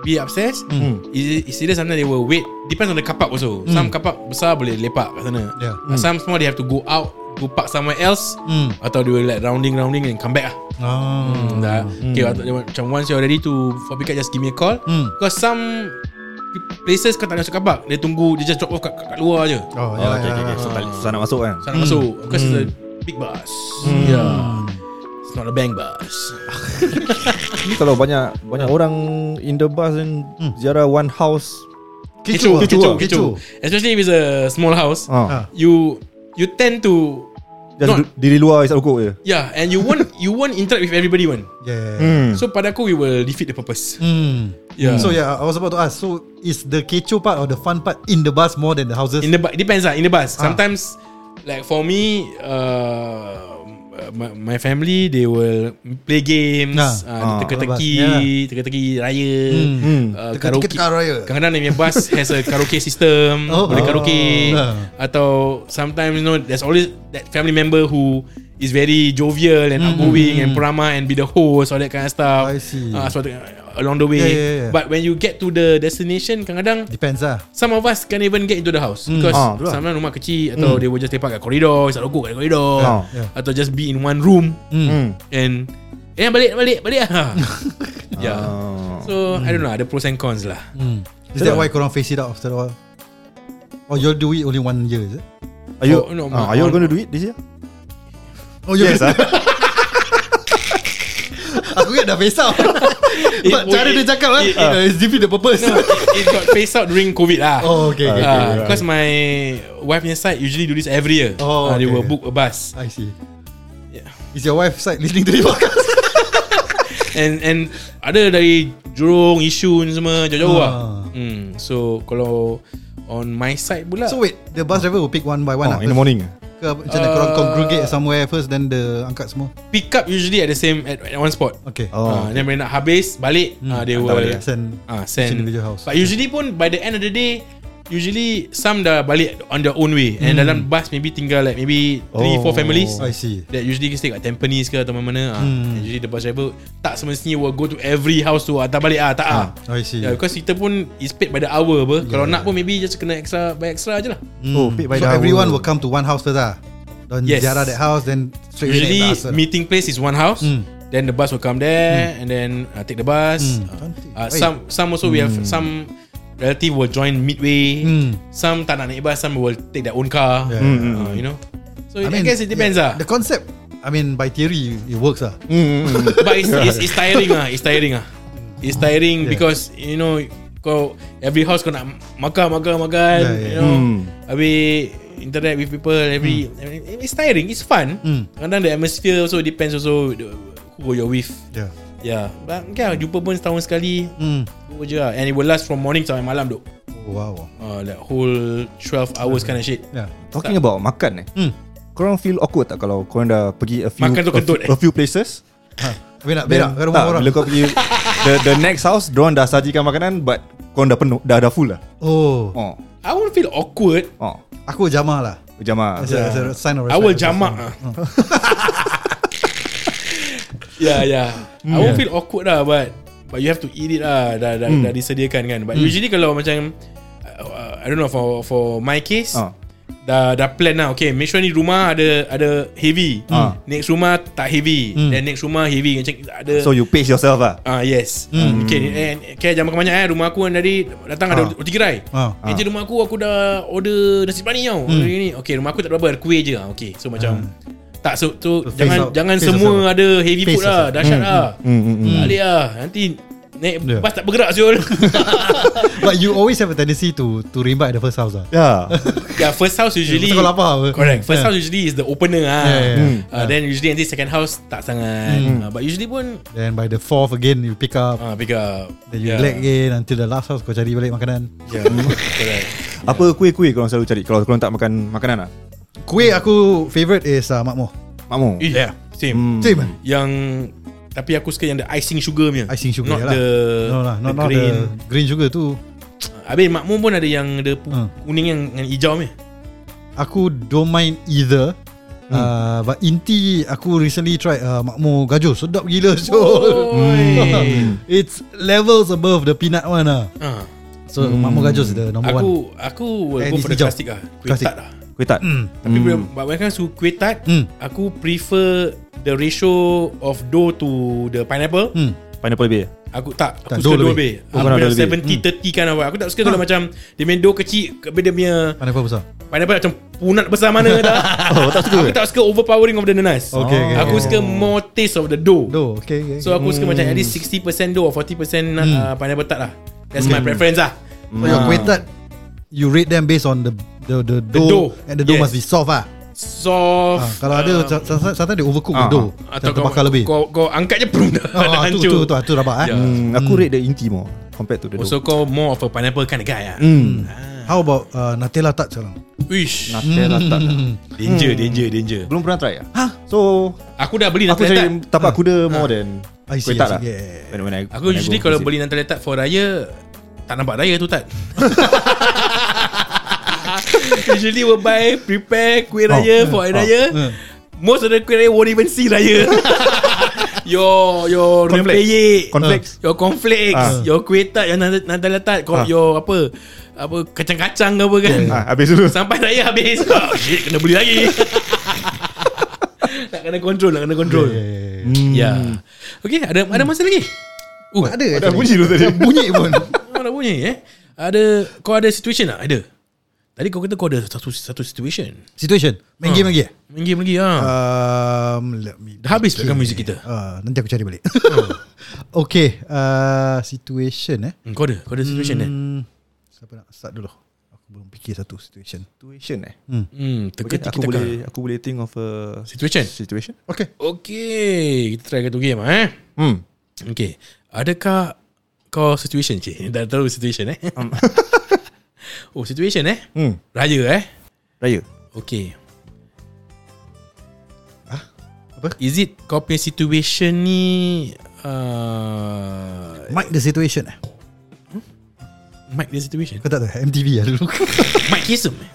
A: be upstairs mm.
B: Hmm.
A: it's either sometimes they will wait depends on the car park also mm. some car park besar boleh lepak kat sana
B: Yeah.
A: mm. some small they have to go out go park somewhere else
B: Hmm.
A: atau they will like rounding rounding and come back lah
B: Ah.
A: mm. dah okay atau dia macam once you're ready to for pick up just give me a call
B: Hmm.
A: because some places kau tak nak masuk car park dia tunggu dia just drop off kat, kat, kat luar je
B: Oh,
C: Oh,
B: yeah,
C: okay,
B: yeah,
C: okay, okay. So, tak- susah nak masuk kan
A: Sana mm. masuk Because mm. it's a big bus mm. Yeah It's not a bank bus
C: Ni kalau banyak Banyak orang In the bus Then
A: Hmm.
C: ziarah one house
A: Kecoh Kecoh
B: kecoh,
A: Kecoh Especially if it's a small house
C: ah,
A: You You tend to
C: Just
A: Not-
C: duduk- diri luar Isap rokok je
A: Yeah And you won't You won't interact with everybody one
B: Yeah.
A: Hmm.
C: Hmm.
A: So pada aku We will defeat the purpose
B: Hmm.
A: Yeah
B: So yeah, I was about to ask. So is the kecoh part or the fun part in the bus more than the houses?
A: In the bus Depends lah In the bus Sometimes Like for me uh, my, my family They will Play games
B: Ah.
A: uh, Teka-teki
B: Ah, bus,
A: Teka-teki raya
B: Hmm.
A: uh,
B: Teka-teki
A: karaoke.
B: kat raya.
A: Kadang-kadang dia punya bus Has a karaoke system
B: Oh.
A: Boleh karaoke
B: Ah.
A: Atau Sometimes you know There's always That family member who Is very jovial And outgoing And peramah And be the host All that kind of stuff
B: Hmm. I see.
A: uh, so, Along the way
B: Yeah, yeah, yeah.
A: But when you get to the destination Kadang-kadang
B: Depends lah.
A: Some of us can't even get into the house mm.
B: Hmm.
A: because ah,
C: Ah, betul lah.
A: sometimes rumah kecil atau mm. they will just lepak kat koridor, isap rokok kat koridor
C: Ah.
B: Yeah.
A: atau just be in one room
C: Hmm.
A: and eh balik balik balik ah. yeah.
C: Ah.
A: So I don't know ada pros and cons lah.
B: Hmm. Is that why korang face it out after all? Or you'll do it only one year, is it?
C: Are you
A: Oh, no, my-
C: ah, Are you
A: on-
C: all going to do it this year?
B: Oh, you'll
C: ah.
B: Aku ingat dah face out But
A: It-
B: cara dia
A: it-
B: cakap lah
A: it-
B: uh, It's defeat the purpose
A: No, it, it got phased out during COVID lah.
B: Oh okay, okay.
A: Ah, because my wife punya side usually do this every year.
B: Oh,
A: Ah, They
B: okay.
A: will book a bus
B: I see
A: Yeah.
B: Is your wife side listening to the podcast?
A: and and ada dari Jurong, Yishun semua jauh-jauh
B: Ah.
A: lah. Hmm, so kalau on my side pula.
B: So wait The bus driver will pick one by one
C: Oh,
B: lah
C: in the morning.
B: Ke apa- macam mana korang
A: Uh,
B: congregate somewhere first Then the angkat semua
A: pick up usually at the same at, at one spot.
B: Okay
A: Oh, uh,
C: Oh.
A: Then bila nak habis Balik hmm. uh, They
C: hantar
A: will
C: balik
A: send,
B: Send
A: uh, send
B: individual house.
A: But usually pun By the end of the day Usually Some dah balik On their own way And dalam bus Maybe tinggal like Maybe 3-4
C: Oh.
A: families
B: Hmm. I see
A: That usually stay kat Tampines ke Atau mana-mana hmm. uh, Usually the bus driver Tak semestinya will go to every house tu Atau balik ah Tak ah
B: I see
A: Yeah, because kita pun is paid by the hour apa. Kalau nak pun maybe just kena extra by extra je lah.
C: Oh, paid by
B: Hmm. So
C: the
B: everyone
C: hour.
B: will come to one house first lah Don't
A: Yes.
B: ziarah that house Then straight away
A: Usually
B: naik bus lah.
A: meeting place is one house. Mm. Then the bus will come there mm. and then uh, take the bus. Mm.
B: Cantik.
A: Uh,
B: Baik.
A: some some also mm. we have some relative will join midway.
B: Hmm.
A: Mm. Some tak nak naik bus, some will take their own car.
B: Yeah.
A: Yeah.
B: Mm,
A: Uh, you know. So I, mean, I guess it depends Hmm.
B: yeah,
A: yeah,
B: The
A: lah.
B: concept I mean by theory It works lah
C: Hmm,
A: But it's, it's, it's tiring ah, it's tiring ah. It's tiring
B: Yeah.
A: yeah. because you know kau every house kau nak makan makan makan
B: Yeah,
A: yeah,
B: yeah.
A: yeah. you know.
C: Hmm.
A: Mm. Habis interact with people every mm. it's tiring, it's fun.
B: Hmm.
A: Mm. Kadang the atmosphere also depends also the, who you're with.
B: Yeah
A: Yeah But okay lah Jumpa pun setahun sekali
B: Hmm.
A: Go je lah And it will last from morning sampai malam duk
B: Oh, Wow
A: uh, Like whole 12 hours
B: Hmm.
A: kind of shit
B: Yeah
C: Talking about makan eh.
B: Hmm.
C: Korang feel awkward tak kalau korang dah pergi a few
A: Makan tu
C: a,
A: kentut, eh?
C: a few places?
B: Berak berak kat
C: then-
B: rumah
C: tak,
B: orang
C: Bila kau pergi the, the next house, diorang dah sajikan makanan but korang dah penuh, dah dah full lah.
B: Oh
C: Oh.
A: I won't feel awkward
C: Oh.
B: Aku jamah lah
C: Jamaah.
B: As a, as a sign of
A: I
B: respect Oh,
A: will jamak ah. Yeah yeah Ya,
C: Hmm.
A: I won't feel awkward lah But But you have to eat it lah Dah, dah,
C: Hmm.
A: dah disediakan kan But usually kalau macam uh, I don't know For for my case
C: Ah.
A: Dah, dah plan lah Okay make sure ni rumah ada Ada heavy
C: Ah. Hmm.
A: Next rumah tak heavy Then next rumah heavy Macam ada
C: So you pace yourself lah.
A: Ah yes. Hmm. Okay, eh, okay jangan makan banyak eh. Rumah aku kan tadi datang ada
C: Ah.
A: roti gerai.
B: Ah.
A: Ah. Eh, je rumah aku aku dah order nasi biryani tau. Hmm. Ni. Okay, rumah aku tak ada apa ada kuih je. Ah, Okay, so macam tak so, so
B: Hmm. So, face
A: jangan
B: out-
A: jangan
B: face
A: semua
B: yourself.
A: ada heavy
B: Face
A: food lah, dahsyat lah.
C: Hmm, hmm, hmm.
A: Tak boleh lah. Nanti naik
B: Yeah.
A: bas tak bergerak siul.
B: But you always have a tendency to to rebut at the first house lah.
C: Yeah.
A: yeah, Ya, first house usually
B: Ya, Pasal kau lapar apa? Ya.
A: Correct. First
B: Yeah.
A: house usually is the opener ah.
B: Yeah, yeah, yeah.
A: Hmm. Uh, then usually nanti second house tak sangat.
B: Hmm.
A: Uh, but usually pun
B: Then by the fourth again you pick up,
A: ah uh, pick up.
B: then you relax again until the last house kau cari balik makanan.
A: Yeah. Correct.
C: Apa kuih-kuih korang selalu cari kalau korang tak makan makanan lah?
B: Kuih aku favorite is uh, makmur.
C: Makmur.
A: Yeah. Eh, Same.
C: Hmm.
B: Same.
A: yang Tapi aku suka yang the icing sugar punya
B: Icing sugar
A: Not
B: lah.
A: the
B: No lah
A: the
B: Not, not
A: green
B: the green sugar tu
A: Habis makmum pun ada yang the pu-
B: Hmm.
A: kuning yang, yang hijau punya
B: Aku don't mind either hmm. uh, But inti Aku recently tried uh, Makmur gajo Sedap
A: Oh.
B: gila Syul Hmm.
A: Oi.
C: Hmm.
B: It's levels above The peanut one lah
A: Ah,
B: So hmm. makmur gajo is the number one
A: Aku Aku will
B: Eh,
A: go
B: ni
A: for the
B: hijau. Hmm.
A: plastic lah Kuih
B: Plastic.
A: tart lah
C: Kuih tart Hmm.
A: Tapi bila But when I suka kuih tart
B: Hmm.
A: Aku prefer The ratio Of dough to The pineapple
B: Hmm.
C: Pineapple beer
A: Aku tak Aku
B: Tak,
A: suka
B: dough
A: dough
B: lebih. Ha.
A: lebih
C: Oh,
A: Aku
C: kau nak
A: yang
C: dough lebih.
A: 70-30 kan awak Aku tak suka kalau macam Dia punya dough kecil Tapi dia punya
B: Mana apa besar
A: Pineapple macam Punat besar mana dah
C: Oh tak suka
A: Aku tak suka overpowering of the nice
B: Okay, okay,
A: Oh. Aku
B: okay.
A: suka more taste of the dough
B: Do okay, okay.
A: So aku suka macam At
B: Hmm.
A: least 60% dough Or 40% uh, pineapple tart lah That's
B: Hmm.
A: my preference lah
B: So your kuih tart You rate them based on the The, the, dough,
A: dough.
B: And the dough
A: Yes.
B: must be soft lah
A: Soft
B: Ah, Kalau ada sa- sa- Sometimes dia overcook the
C: Ah,
B: dough
A: Atau
B: Macam
A: kau,
B: terbakar lebih
A: kau, kau angkat je Prum dah, dah
B: Oh, ah, tu, tu,
A: hancur
B: tu, tu rabak eh.
A: Ya.
C: Hmm, Aku rate the inti more Compared to the
A: Oh, So
C: dough
A: kau more of a pineapple kind of guy lah
C: Hmm
B: How about uh, Nutella tart sekarang?
A: Wish
C: Nutella tart
A: Hmm. Danger danger danger
C: Belum pernah try ah. So
A: Aku dah beli
C: Aku
A: Nutella
C: cari
A: tart
C: tapak kuda more than
B: I see,
C: Kuih
B: I see.
C: tart lah
B: Yeah.
C: When- when I-
A: Aku
C: when I
A: usually
C: go
A: kalau
C: visit.
A: beli Nutella tart for raya Tak nampak raya tu tart Usually will buy Prepare kuih raya
C: Oh,
A: For hari raya
B: Hmm.
A: Most of the kuih raya Won't even see raya Your Your
C: Cornflakes.
A: rempeyek Uh,
C: Cornflakes.
A: Your cornflakes
C: Ah.
A: Your kuih tart Your nut- Nutella tart kau-
C: Ah.
A: Your apa Apa Kacang-kacang ke apa kan
C: Ah, Habis dulu
A: Sampai raya habis oh, Shit kena beli lagi Nak kena control Nak kena control Ya
C: Hmm.
A: yeah. Okay ada ada masa lagi Uh,
B: Ada
C: Ada bunyi tu tadi
B: Bunyi pun
A: Oh, dah bunyi eh. Ada kau ada situation tak? Ada. Tadi kau kata kau ada satu satu situation.
B: Situation Main game lagi eh?
A: Main game lagi ah.
B: um, let me
A: Dah habis pegang muzik kita.
B: uh, Nanti aku cari balik Okay uh, Situation eh
A: Hmm, kau ada kau ada situation eh.
B: hmm, Siapa nak start dulu Aku belum fikir satu situation
C: Situation eh
A: Hmm,
C: Okay,
A: teka-teki
C: aku
A: teka.
C: boleh aku boleh think of a
A: Situation.
C: situation.
B: Okay
A: Okay, kita try satu game ah, eh.
C: Hmm.
A: Okay. Adakah kau situation cik? Dah tahu situation eh. oh, situation eh.
C: Hmm.
A: Raya eh.
C: Raya.
A: Okay.
B: Hah? Apa?
A: Is it kau punya situation ni uh,
B: Mic the situation eh
A: Mike the situation
B: Kau tak tahu MTV lah dulu
A: Mike Kisum eh?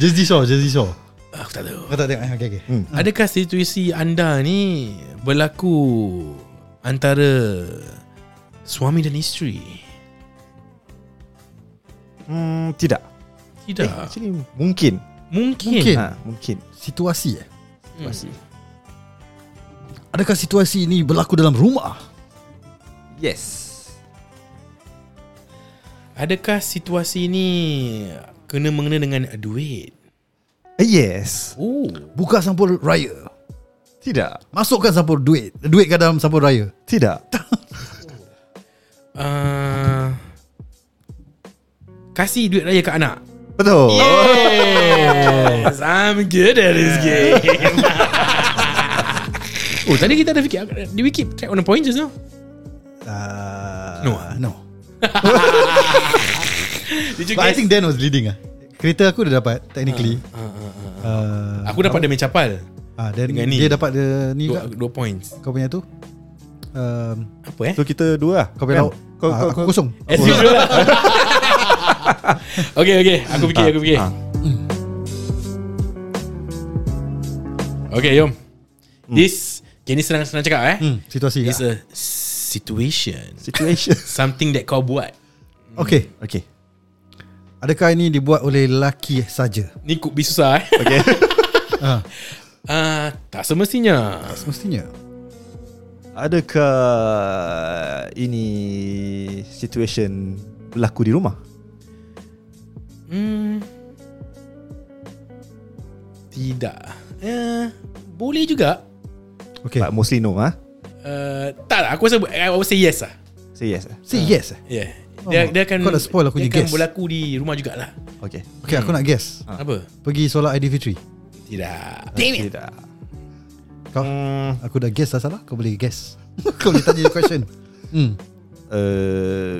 B: Jersey Shore Jersey Shore
A: Aku tak tahu
B: Kau tak tengok eh? Okay okay hmm.
A: Adakah situasi anda ni Berlaku Antara Suami dan isteri
C: Hmm, tidak.
A: Tidak
C: Eh, actually mungkin.
A: Ah. Mungkin,
B: mungkin.
C: Ha, mungkin.
B: Situasi eh
C: Masih.
B: Adakah situasi ini berlaku dalam rumah?
C: Yes.
A: Adakah situasi ni Kena mengena dengan duit
C: Eh, yes.
A: Oh
B: Buka sampul raya
C: Tidak.
B: Masukkan sampul duit Duit ke dalam sampul raya
C: Tidak.
A: uh, Kasih duit raya ke anak
C: Betul.
A: Yes I'm good at this game Oh tadi kita ada fikir Did we keep track on the point just now?
B: uh,
A: No.
B: No
A: Did you
B: But I
A: guys
B: think Dan was leading ah. Kereta aku dah dapat Technically
A: Ah,
B: uh,
A: Aku dapat dia main capal
B: ah, Dan
A: dengan ni.
B: dia dapat dia, ni
A: dua,
B: kat,
A: dua points
B: Kau punya tu um,
A: Apa eh?
C: So kita dua lah.
B: Kau
A: Kan?
B: punya lauk
C: Kau,
B: Ah, Aku
C: kau, kau,
B: kosong
A: As usual lah Okay okay Aku fikir aku fikir
C: ah.
A: Okay Yom Hmm. This Kini senang-senang cakap eh
B: hmm, Situasi
A: It's
B: ah.
A: a situation
C: Situation.
A: Something that kau buat
B: Okay
C: okay.
B: Adakah ini dibuat oleh lelaki saja?
A: Ni could be susah eh
C: Okay.
B: ah,
A: uh, Tak semestinya
B: Semestinya
C: Adakah ini situation berlaku di rumah?
A: Hmm. Tidak. Eh, boleh juga.
B: Okay
C: But mostly no ah.
A: Uh, tak lah, aku rasa I would say yes lah.
C: Say yes. eh?
B: Say yes eh?
A: Yeah. Dia,
B: Oh,
A: dia akan
B: kau dah spoil aku
A: dia
B: punya
A: akan
B: guess.
A: berlaku di rumah jugalah.
C: Okay.
B: Okay aku nak guess
C: Ah.
A: Ha. Apa?
B: Pergi solat Aidilfitri
A: Tidak.
C: Tidak.
B: Kau
C: Hmm,
B: Aku dah guess dah salah Kau boleh guess Kau boleh tanya question hmm.
C: uh,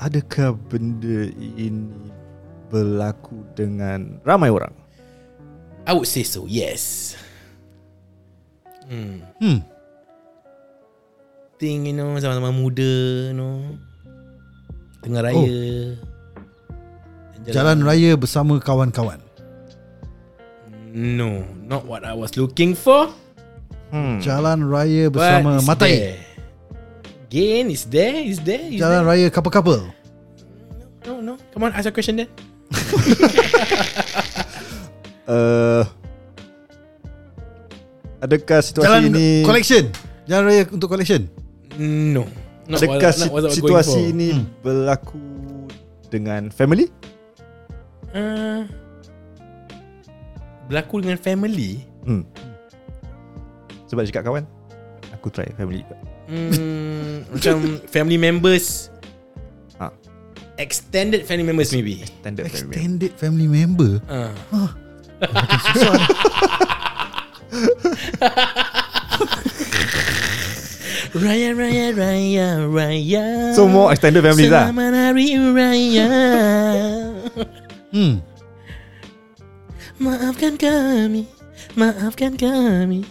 C: adakah benda ini berlaku dengan ramai orang?
A: I would say so, yes. Hmm.
B: Hmm.
A: Think you know Sama-sama muda you know Tengah raya
B: Oh. Jalan raya bersama kawan-kawan.
A: No Not what I was looking for
C: Hmm.
B: Jalan raya
A: But
B: bersama
A: it's
B: matai.
A: there. Again Is there Is there is
B: Jalan raya couple-couple.
A: there? No no Come on ask your question then
C: Uh, adakah situasi
B: Jalan
C: ini
B: collection. Jalan raya untuk collection.
A: No Not what-
C: adakah
A: not
C: sit-
A: what I was going for.
C: situasi ini
B: Hmm.
C: berlaku dengan family?
A: Uh, Berlaku dengan family
C: Hmm. Sebab cakap kawan, aku try family. juga.
A: Hmm, Macam Family members
C: Ha.
A: Extended family members maybe
C: Standard family.
B: Extended family member.
A: Ah. Raya Raya Raya Raya
C: So more extended families lah.
A: Selamat Hari Raya
B: Hmm.
A: Maafkan kami Maafkan kami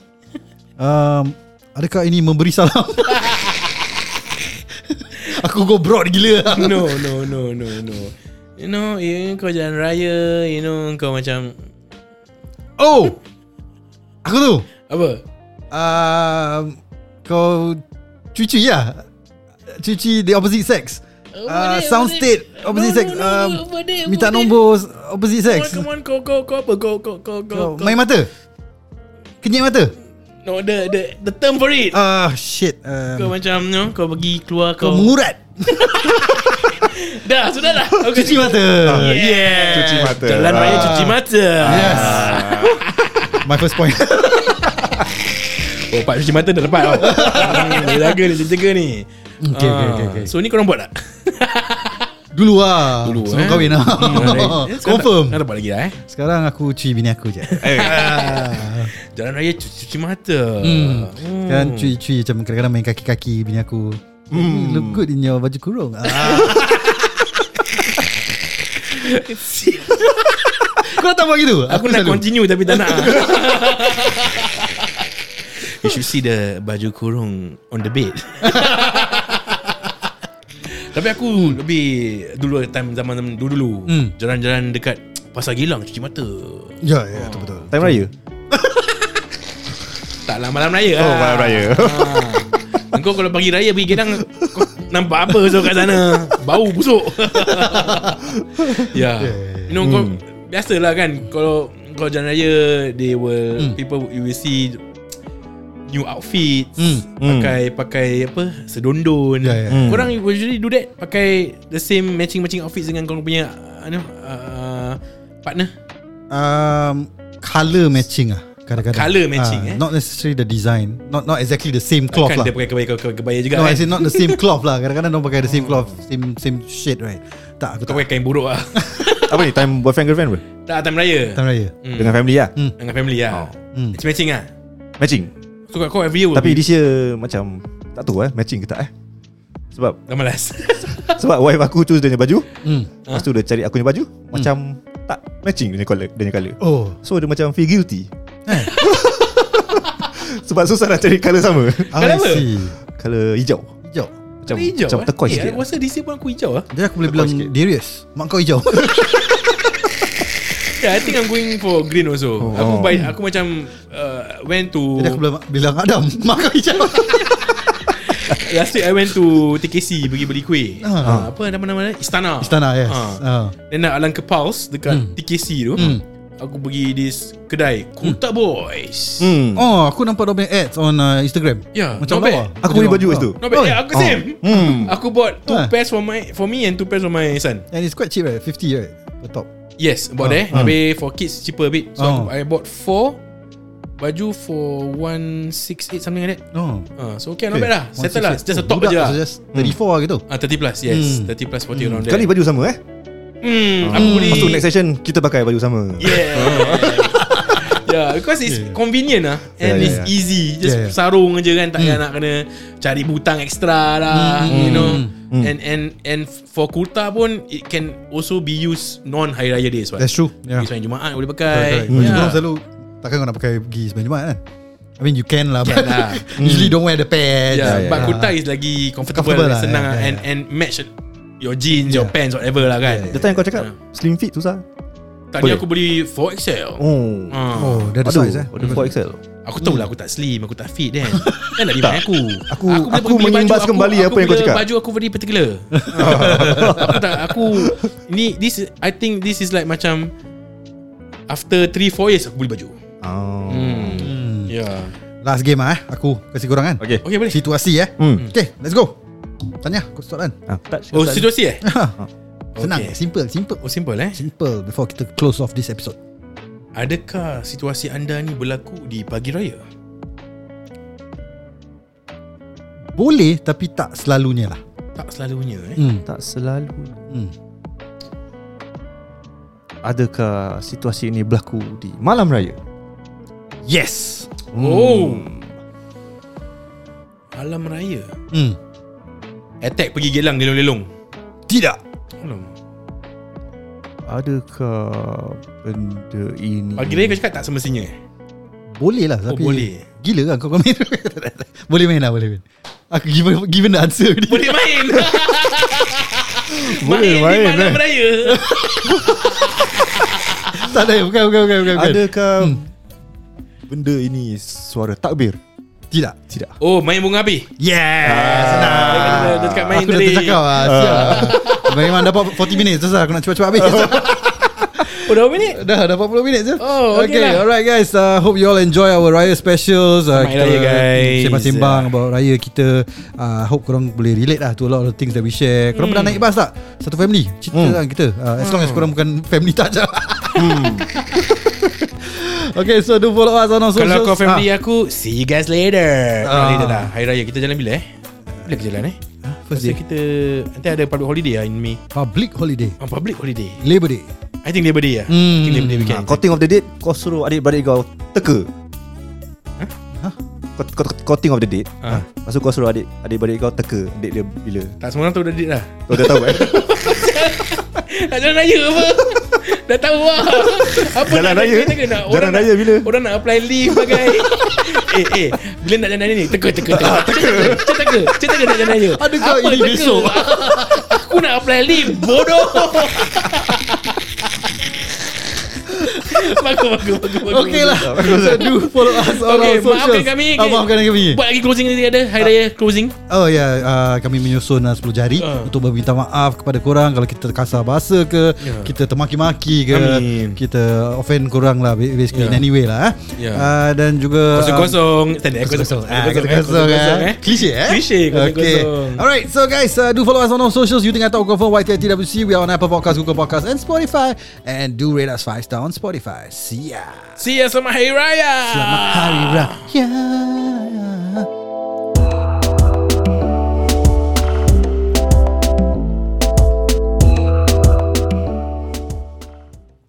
B: Um, adakah ini memberi salam? Aku go broad gila.
A: No no no no no You know you, Kau jalan raya You know Kau macam
B: Oh. Aku tu.
A: Apa
B: Um, kau cuci ya? Cuci the opposite sex. Uh,
A: Boleh,
B: sound
A: boleh.
B: state opposite
A: No,
B: sex.
A: no, no,
B: Um,
A: no, boleh,
B: minta
A: boleh.
B: nombor opposite sex.
A: Come on, come on, kau kau kau apa kau kau kau
B: Kau
A: kau. kau-
B: main mata. Kenyit mata.
A: No, the the the term for it.
B: Ah uh, shit.
A: Kau
B: Um,
A: macam no, kau pergi keluar
B: kau
A: kau.
B: mengurat.
A: Dah, sudah dah. Okay.
B: Cuci mata.
A: Ah. Yeah.
C: Cuci mata.
A: Eh, Jalan raya
B: Ah.
A: cuci mata.
B: Yes. My first point.
A: Oh, pak cuci mata dah dapat tau. Hmm, Dia jaga ni, dia jaga ni.
B: Mm, Okay, okay, okay,
A: Ah,
B: okay.
A: So ni korang buat tak?
B: Dulu lah. Dulu, Sebelum
A: eh.
B: kahwin lah.
A: Alright. Sekarang
B: Confirm.
A: tak- Hmm. Dah dapat lagi dah eh.
B: Sekarang aku cuci bini aku je. Ah.
A: Jalan raya cuci, cuci mata.
B: Hmm. Kan cuci-cuci macam kadang-kadang main kaki-kaki bini aku. Hmm. Look good in your baju kurung. Ah. Kau tak buat gitu?
A: Aku nak
B: selalu.
A: continue tapi tak nak. You should see the baju kurung on the bed. tapi aku lebih dulu time zaman dulu-dulu
B: Hmm.
A: jalan-jalan dekat Pasar Gilang cuci mata.
B: Ya, ya, betul betul.
C: Time raya?
A: Tak lah malam raya.
C: Oh,
A: lah.
C: malam raya.
A: Ah. Engkau kalau pagi raya pergi Gilang kau nampak apa so kat sana? Bau busuk. ya.
B: Yeah. Hmm.
A: You know kau biasalah kan kalau kau jalan raya they will
B: Hmm.
A: people you will see new outfits
B: Hmm.
A: pakai pakai apa sedondon
B: Ya,
C: Hmm.
B: ya.
A: korang usually do that pakai the same matching matching outfits dengan korang punya uh, ano uh, partner
B: Um, color matching ah. Kadang-kadang.
A: Colour matching, eh?
B: Ah, Not necessarily the design. Not not exactly the same cloth
A: kan
B: lah.
A: dia pakai kebaya kau kebaya juga
B: No,
A: kan
B: I say not the same cloth lah. Kadang-kadang dia pakai the same cloth, same same shit right.
A: Hmm.
B: Tak, aku
A: kau
B: tak.
A: pakai kain buruk lah
C: Apa ni? Time boyfriend girlfriend apa?
A: tak time raya
B: Time raya.
C: Dengan family lah?
A: dengan family lah
B: Hmm.
A: match matching lah
C: Matching?
A: so kat kau every year will
C: Tapi
A: be-
C: this year macam tak tahu eh matching ke tak eh. Sebab
A: dah malas
C: sebab wife aku choose dia punya baju,
B: Hmm.
A: Ah.
C: lepas tu dia cari aku punya baju
A: Hmm.
C: macam tak matching dia punya colour, dia punya colour.
B: Oh, Eh,
C: So dia macam feel guilty. Sebab susah nak cari colour sama.
B: I
A: Kenapa?
B: see.
C: colour hijau.
B: Hijau.
C: Macam
A: Tapi hijau
C: macam
A: eh.
C: tekoi
A: Eh,
C: sikit.
A: aku rasa this year pun aku hijau lah
B: Jadi aku boleh bilang
C: sikit.
B: Darius, mak kau hijau.
A: Yeah, I think I'm going for green also.
C: Oh.
A: Aku buy, aku macam uh, went to
B: Jadi aku bilang, bilang Adam, mak kau hijau.
A: last week I went to TKC pergi beli kuih.
B: Ah.
A: Uh, apa nama nama dia? Istana.
B: Istana, yes.
A: Ah.
B: Ah.
A: Then nak alang ke Pulse dekat TKC tu.
B: Hmm.
A: Aku pergi this kedai Kuta Boys.
C: Hmm.
B: Oh, aku nampak dia punya ads on uh, Instagram.
A: Ya,
B: macam
A: not bad.
B: lawa.
C: Aku beli baju kat situ.
A: No, but
B: Oi.
A: yeah, aku
C: Oh.
A: same.
C: Hmm.
A: Aku bought two
B: Ah.
A: pairs for my for me and two pairs for my son.
B: And it's quite cheap right? 50 right? Per top.
A: Yes, about
B: Ah,
A: there.
B: ah.
A: Habis for kids cheaper a bit. So
B: Oh.
A: aku, I bought four baju for 168 something like that.
B: No.
A: Uh, so okay, not bad lah. Settle lah.
B: Oh,
A: Just a top je lah.
B: So just 34 lah gitu.
A: Ah, 30 plus, yes.
B: Hmm.
A: 30 plus 40 around there.
C: Kali baju sama eh.
A: Hmm,
C: Ah.
A: aku beli.
C: Lepas tu next session kita pakai baju sama.
A: Yeah. yeah, because it's
B: Yeah.
A: convenient lah and
C: Yeah, yeah,
A: it's
C: yeah.
A: easy. Just
B: Yeah, yeah.
A: sarung je kan, tak payah nak kena cari butang extra lah,
B: Hmm,
A: you know.
C: hmm.
A: And and and for kurta pun it can also be used non hari raya days. What?
B: That's true. Yeah.
A: Pergi sembahyang Jumaat boleh pakai.
B: Baju
A: Yeah.
B: kurung selalu Takkan kau nak pakai pergi sebenarnya Jumaat kan I mean you can lah
A: Can
B: but
A: lah.
B: Usually don't wear the pants
A: Yeah,
C: yeah,
A: yeah, but
C: uh, yeah.
A: kurta is lagi comfortable,
B: Comfortable lah,
A: senang
B: yeah, yeah,
A: and and match your jeans, your pants whatever lah kan.
C: The time kau cakap Slim fit susah
A: Tadi
C: Boleh.
A: aku beli 4XL.
C: Oh
A: Ah.
B: Oh that is
C: Aduh
B: size eh
C: Ada 4XL
A: Aku tahu lah aku tak slim, aku tak fit kan. Kan nak dimana aku.
C: Aku-
A: boleh
C: aku
A: beli
C: mengimbas
A: aku-
C: kembali apa yang kau
A: bela
C: cakap.
A: Baju aku very particular. aku tak aku ni this is- I think this is like macam after 3 4 years aku beli baju.
C: Oh
A: Hmm. Yeah.
B: Last game ah eh Aku kasih korang kan
C: Okay
A: Okay boleh.
B: Situasi eh
C: Hmm.
B: Okay let's go Tanya Kau soalan
C: Ah, touch,
A: Oh
C: touch.
A: situasi eh?
B: Senang
A: Okay.
B: Simple Simple
A: Oh simple eh.
B: Simple Before kita close off this episode
A: Adakah situasi anda ni berlaku di pagi raya?
B: Boleh Tapi tak selalunya lah
A: Tak selalunya eh.
B: hmm.
C: Tak selalu
B: Hmm.
C: Adakah situasi ini berlaku di malam raya?
B: Yes
A: Oh. Malam raya.
B: hmm.
A: Attack pergi gelang gelong-gelong.
B: Tidak
A: Alam.
C: Adakah benda ini
A: Pagi raya kau cakap tak semestinya eh.
B: Boleh lah
A: Oh,
B: tapi
A: boleh.
B: Gila kan kau komen Boleh main lah boleh main Aku given, given the answer ni.
A: Boleh main.
C: Boleh
A: main di
C: main,
A: malam
C: eh.
A: raya.
B: Tak ada bukan bukan bukan, bukan, bukan.
C: Adakah Benda ini suara takbir?
B: Tidak
C: Tidak
A: Oh, main bunga Ah. api.
B: Yes
A: Dia,
B: Senang
A: dia cakap main Ah.
B: Aku dah
A: tadi. Oh,
B: tercakap lah Siap lah Memang dapat 40 minit Terus lah aku nak cepat-cepat habis
A: Oh, dah berapa minit?
B: Dah dah 40 minit je
A: Oh, okay lah.
B: Alright guys uh, Hope you all enjoy Our Raya specials uh,
A: Selamat Raya, guys.
B: Sembang-sembang About Raya kita uh, Hope korang boleh relate lah To a lot of things that we share Korang
A: Hmm.
B: pernah naik bas tak? Satu family Cerita lah kita uh, As long as korang bukan Family tak je
A: Hmm.
B: Okay so do follow us On our socials
A: Kalau kau family
B: Ah,
A: aku, see you guys later.
B: Ah.
A: Ah. Later dah. Hari raya kita jalan bila eh? Bila kita jalan eh? Pasal
B: First day
A: kita nanti ada public holiday lah in May.
B: Public holiday
A: Oh, public holiday.
B: Labor Day
A: I think Labor Day lah.
B: Hmm.
A: I think Labor Day weekend.
C: Kau think Ah, of the date Kau suruh adik-beradik kau teka
B: Hah?
C: kau, kau, kau think of the date
A: Ah.
C: Lepas tu kau suruh adik Adik-beradik kau teka Date dia bila
A: Tak semua orang tahu dah date lah.
C: Kau dah tahu eh
A: Nak jalan raya apa? Dah tahu lah. Apa
C: Jalan
A: nak-
C: raya?
A: nak- nak- nak-
C: Jalan
A: orang
C: raya
A: nak-
C: bila?
A: Orang nak apply leave bagai. eh, eh. Bila nak jalan raya ni? Teka, teka, teka. Ah, Teka, teka, teka. Cik teka nak jalan raya.
B: Ada kau
A: Apa
B: ini
A: teka?
B: besok?
A: Aku nak apply leave. Bodoh. Bagus, bagus, bagus. bagus,
B: Okay lah
A: bagus.
B: So do follow us On
A: Okay,
B: our socials
A: maafkan kami. Ah.
B: Ah, Maafkan kami
A: Buat lagi closing nanti ada. Hari Raya closing.
B: Oh ya, yeah, uh, kami menyusun uh, 10 jari
A: Ah.
B: uh. untuk meminta maaf kepada korang kalau kita kasar bahasa ke,
A: Ya.
B: yeah. kita termaki-maki ke,
A: Amin.
B: kita offend korang lah ba- basically
A: Ya.
B: yeah. in any way lah. Eh.
A: Ya.
B: Uh, dan juga
A: Kosong-kosong. Tadi
B: Kosong-kosong
A: kosong-kosong.
B: Ah, Kosong-kosong eh. Klise eh
A: eh, Klise,
B: Okay
A: kosong-kosong.
B: Alright so guys uh, Do follow us on our socials You think I talk confirm YTITWC We are on Apple Podcast Google Podcast And Spotify And do rate us 5 star on Spotify See ya
A: See ya sama Hari Raya.
B: Selamat Hari Raya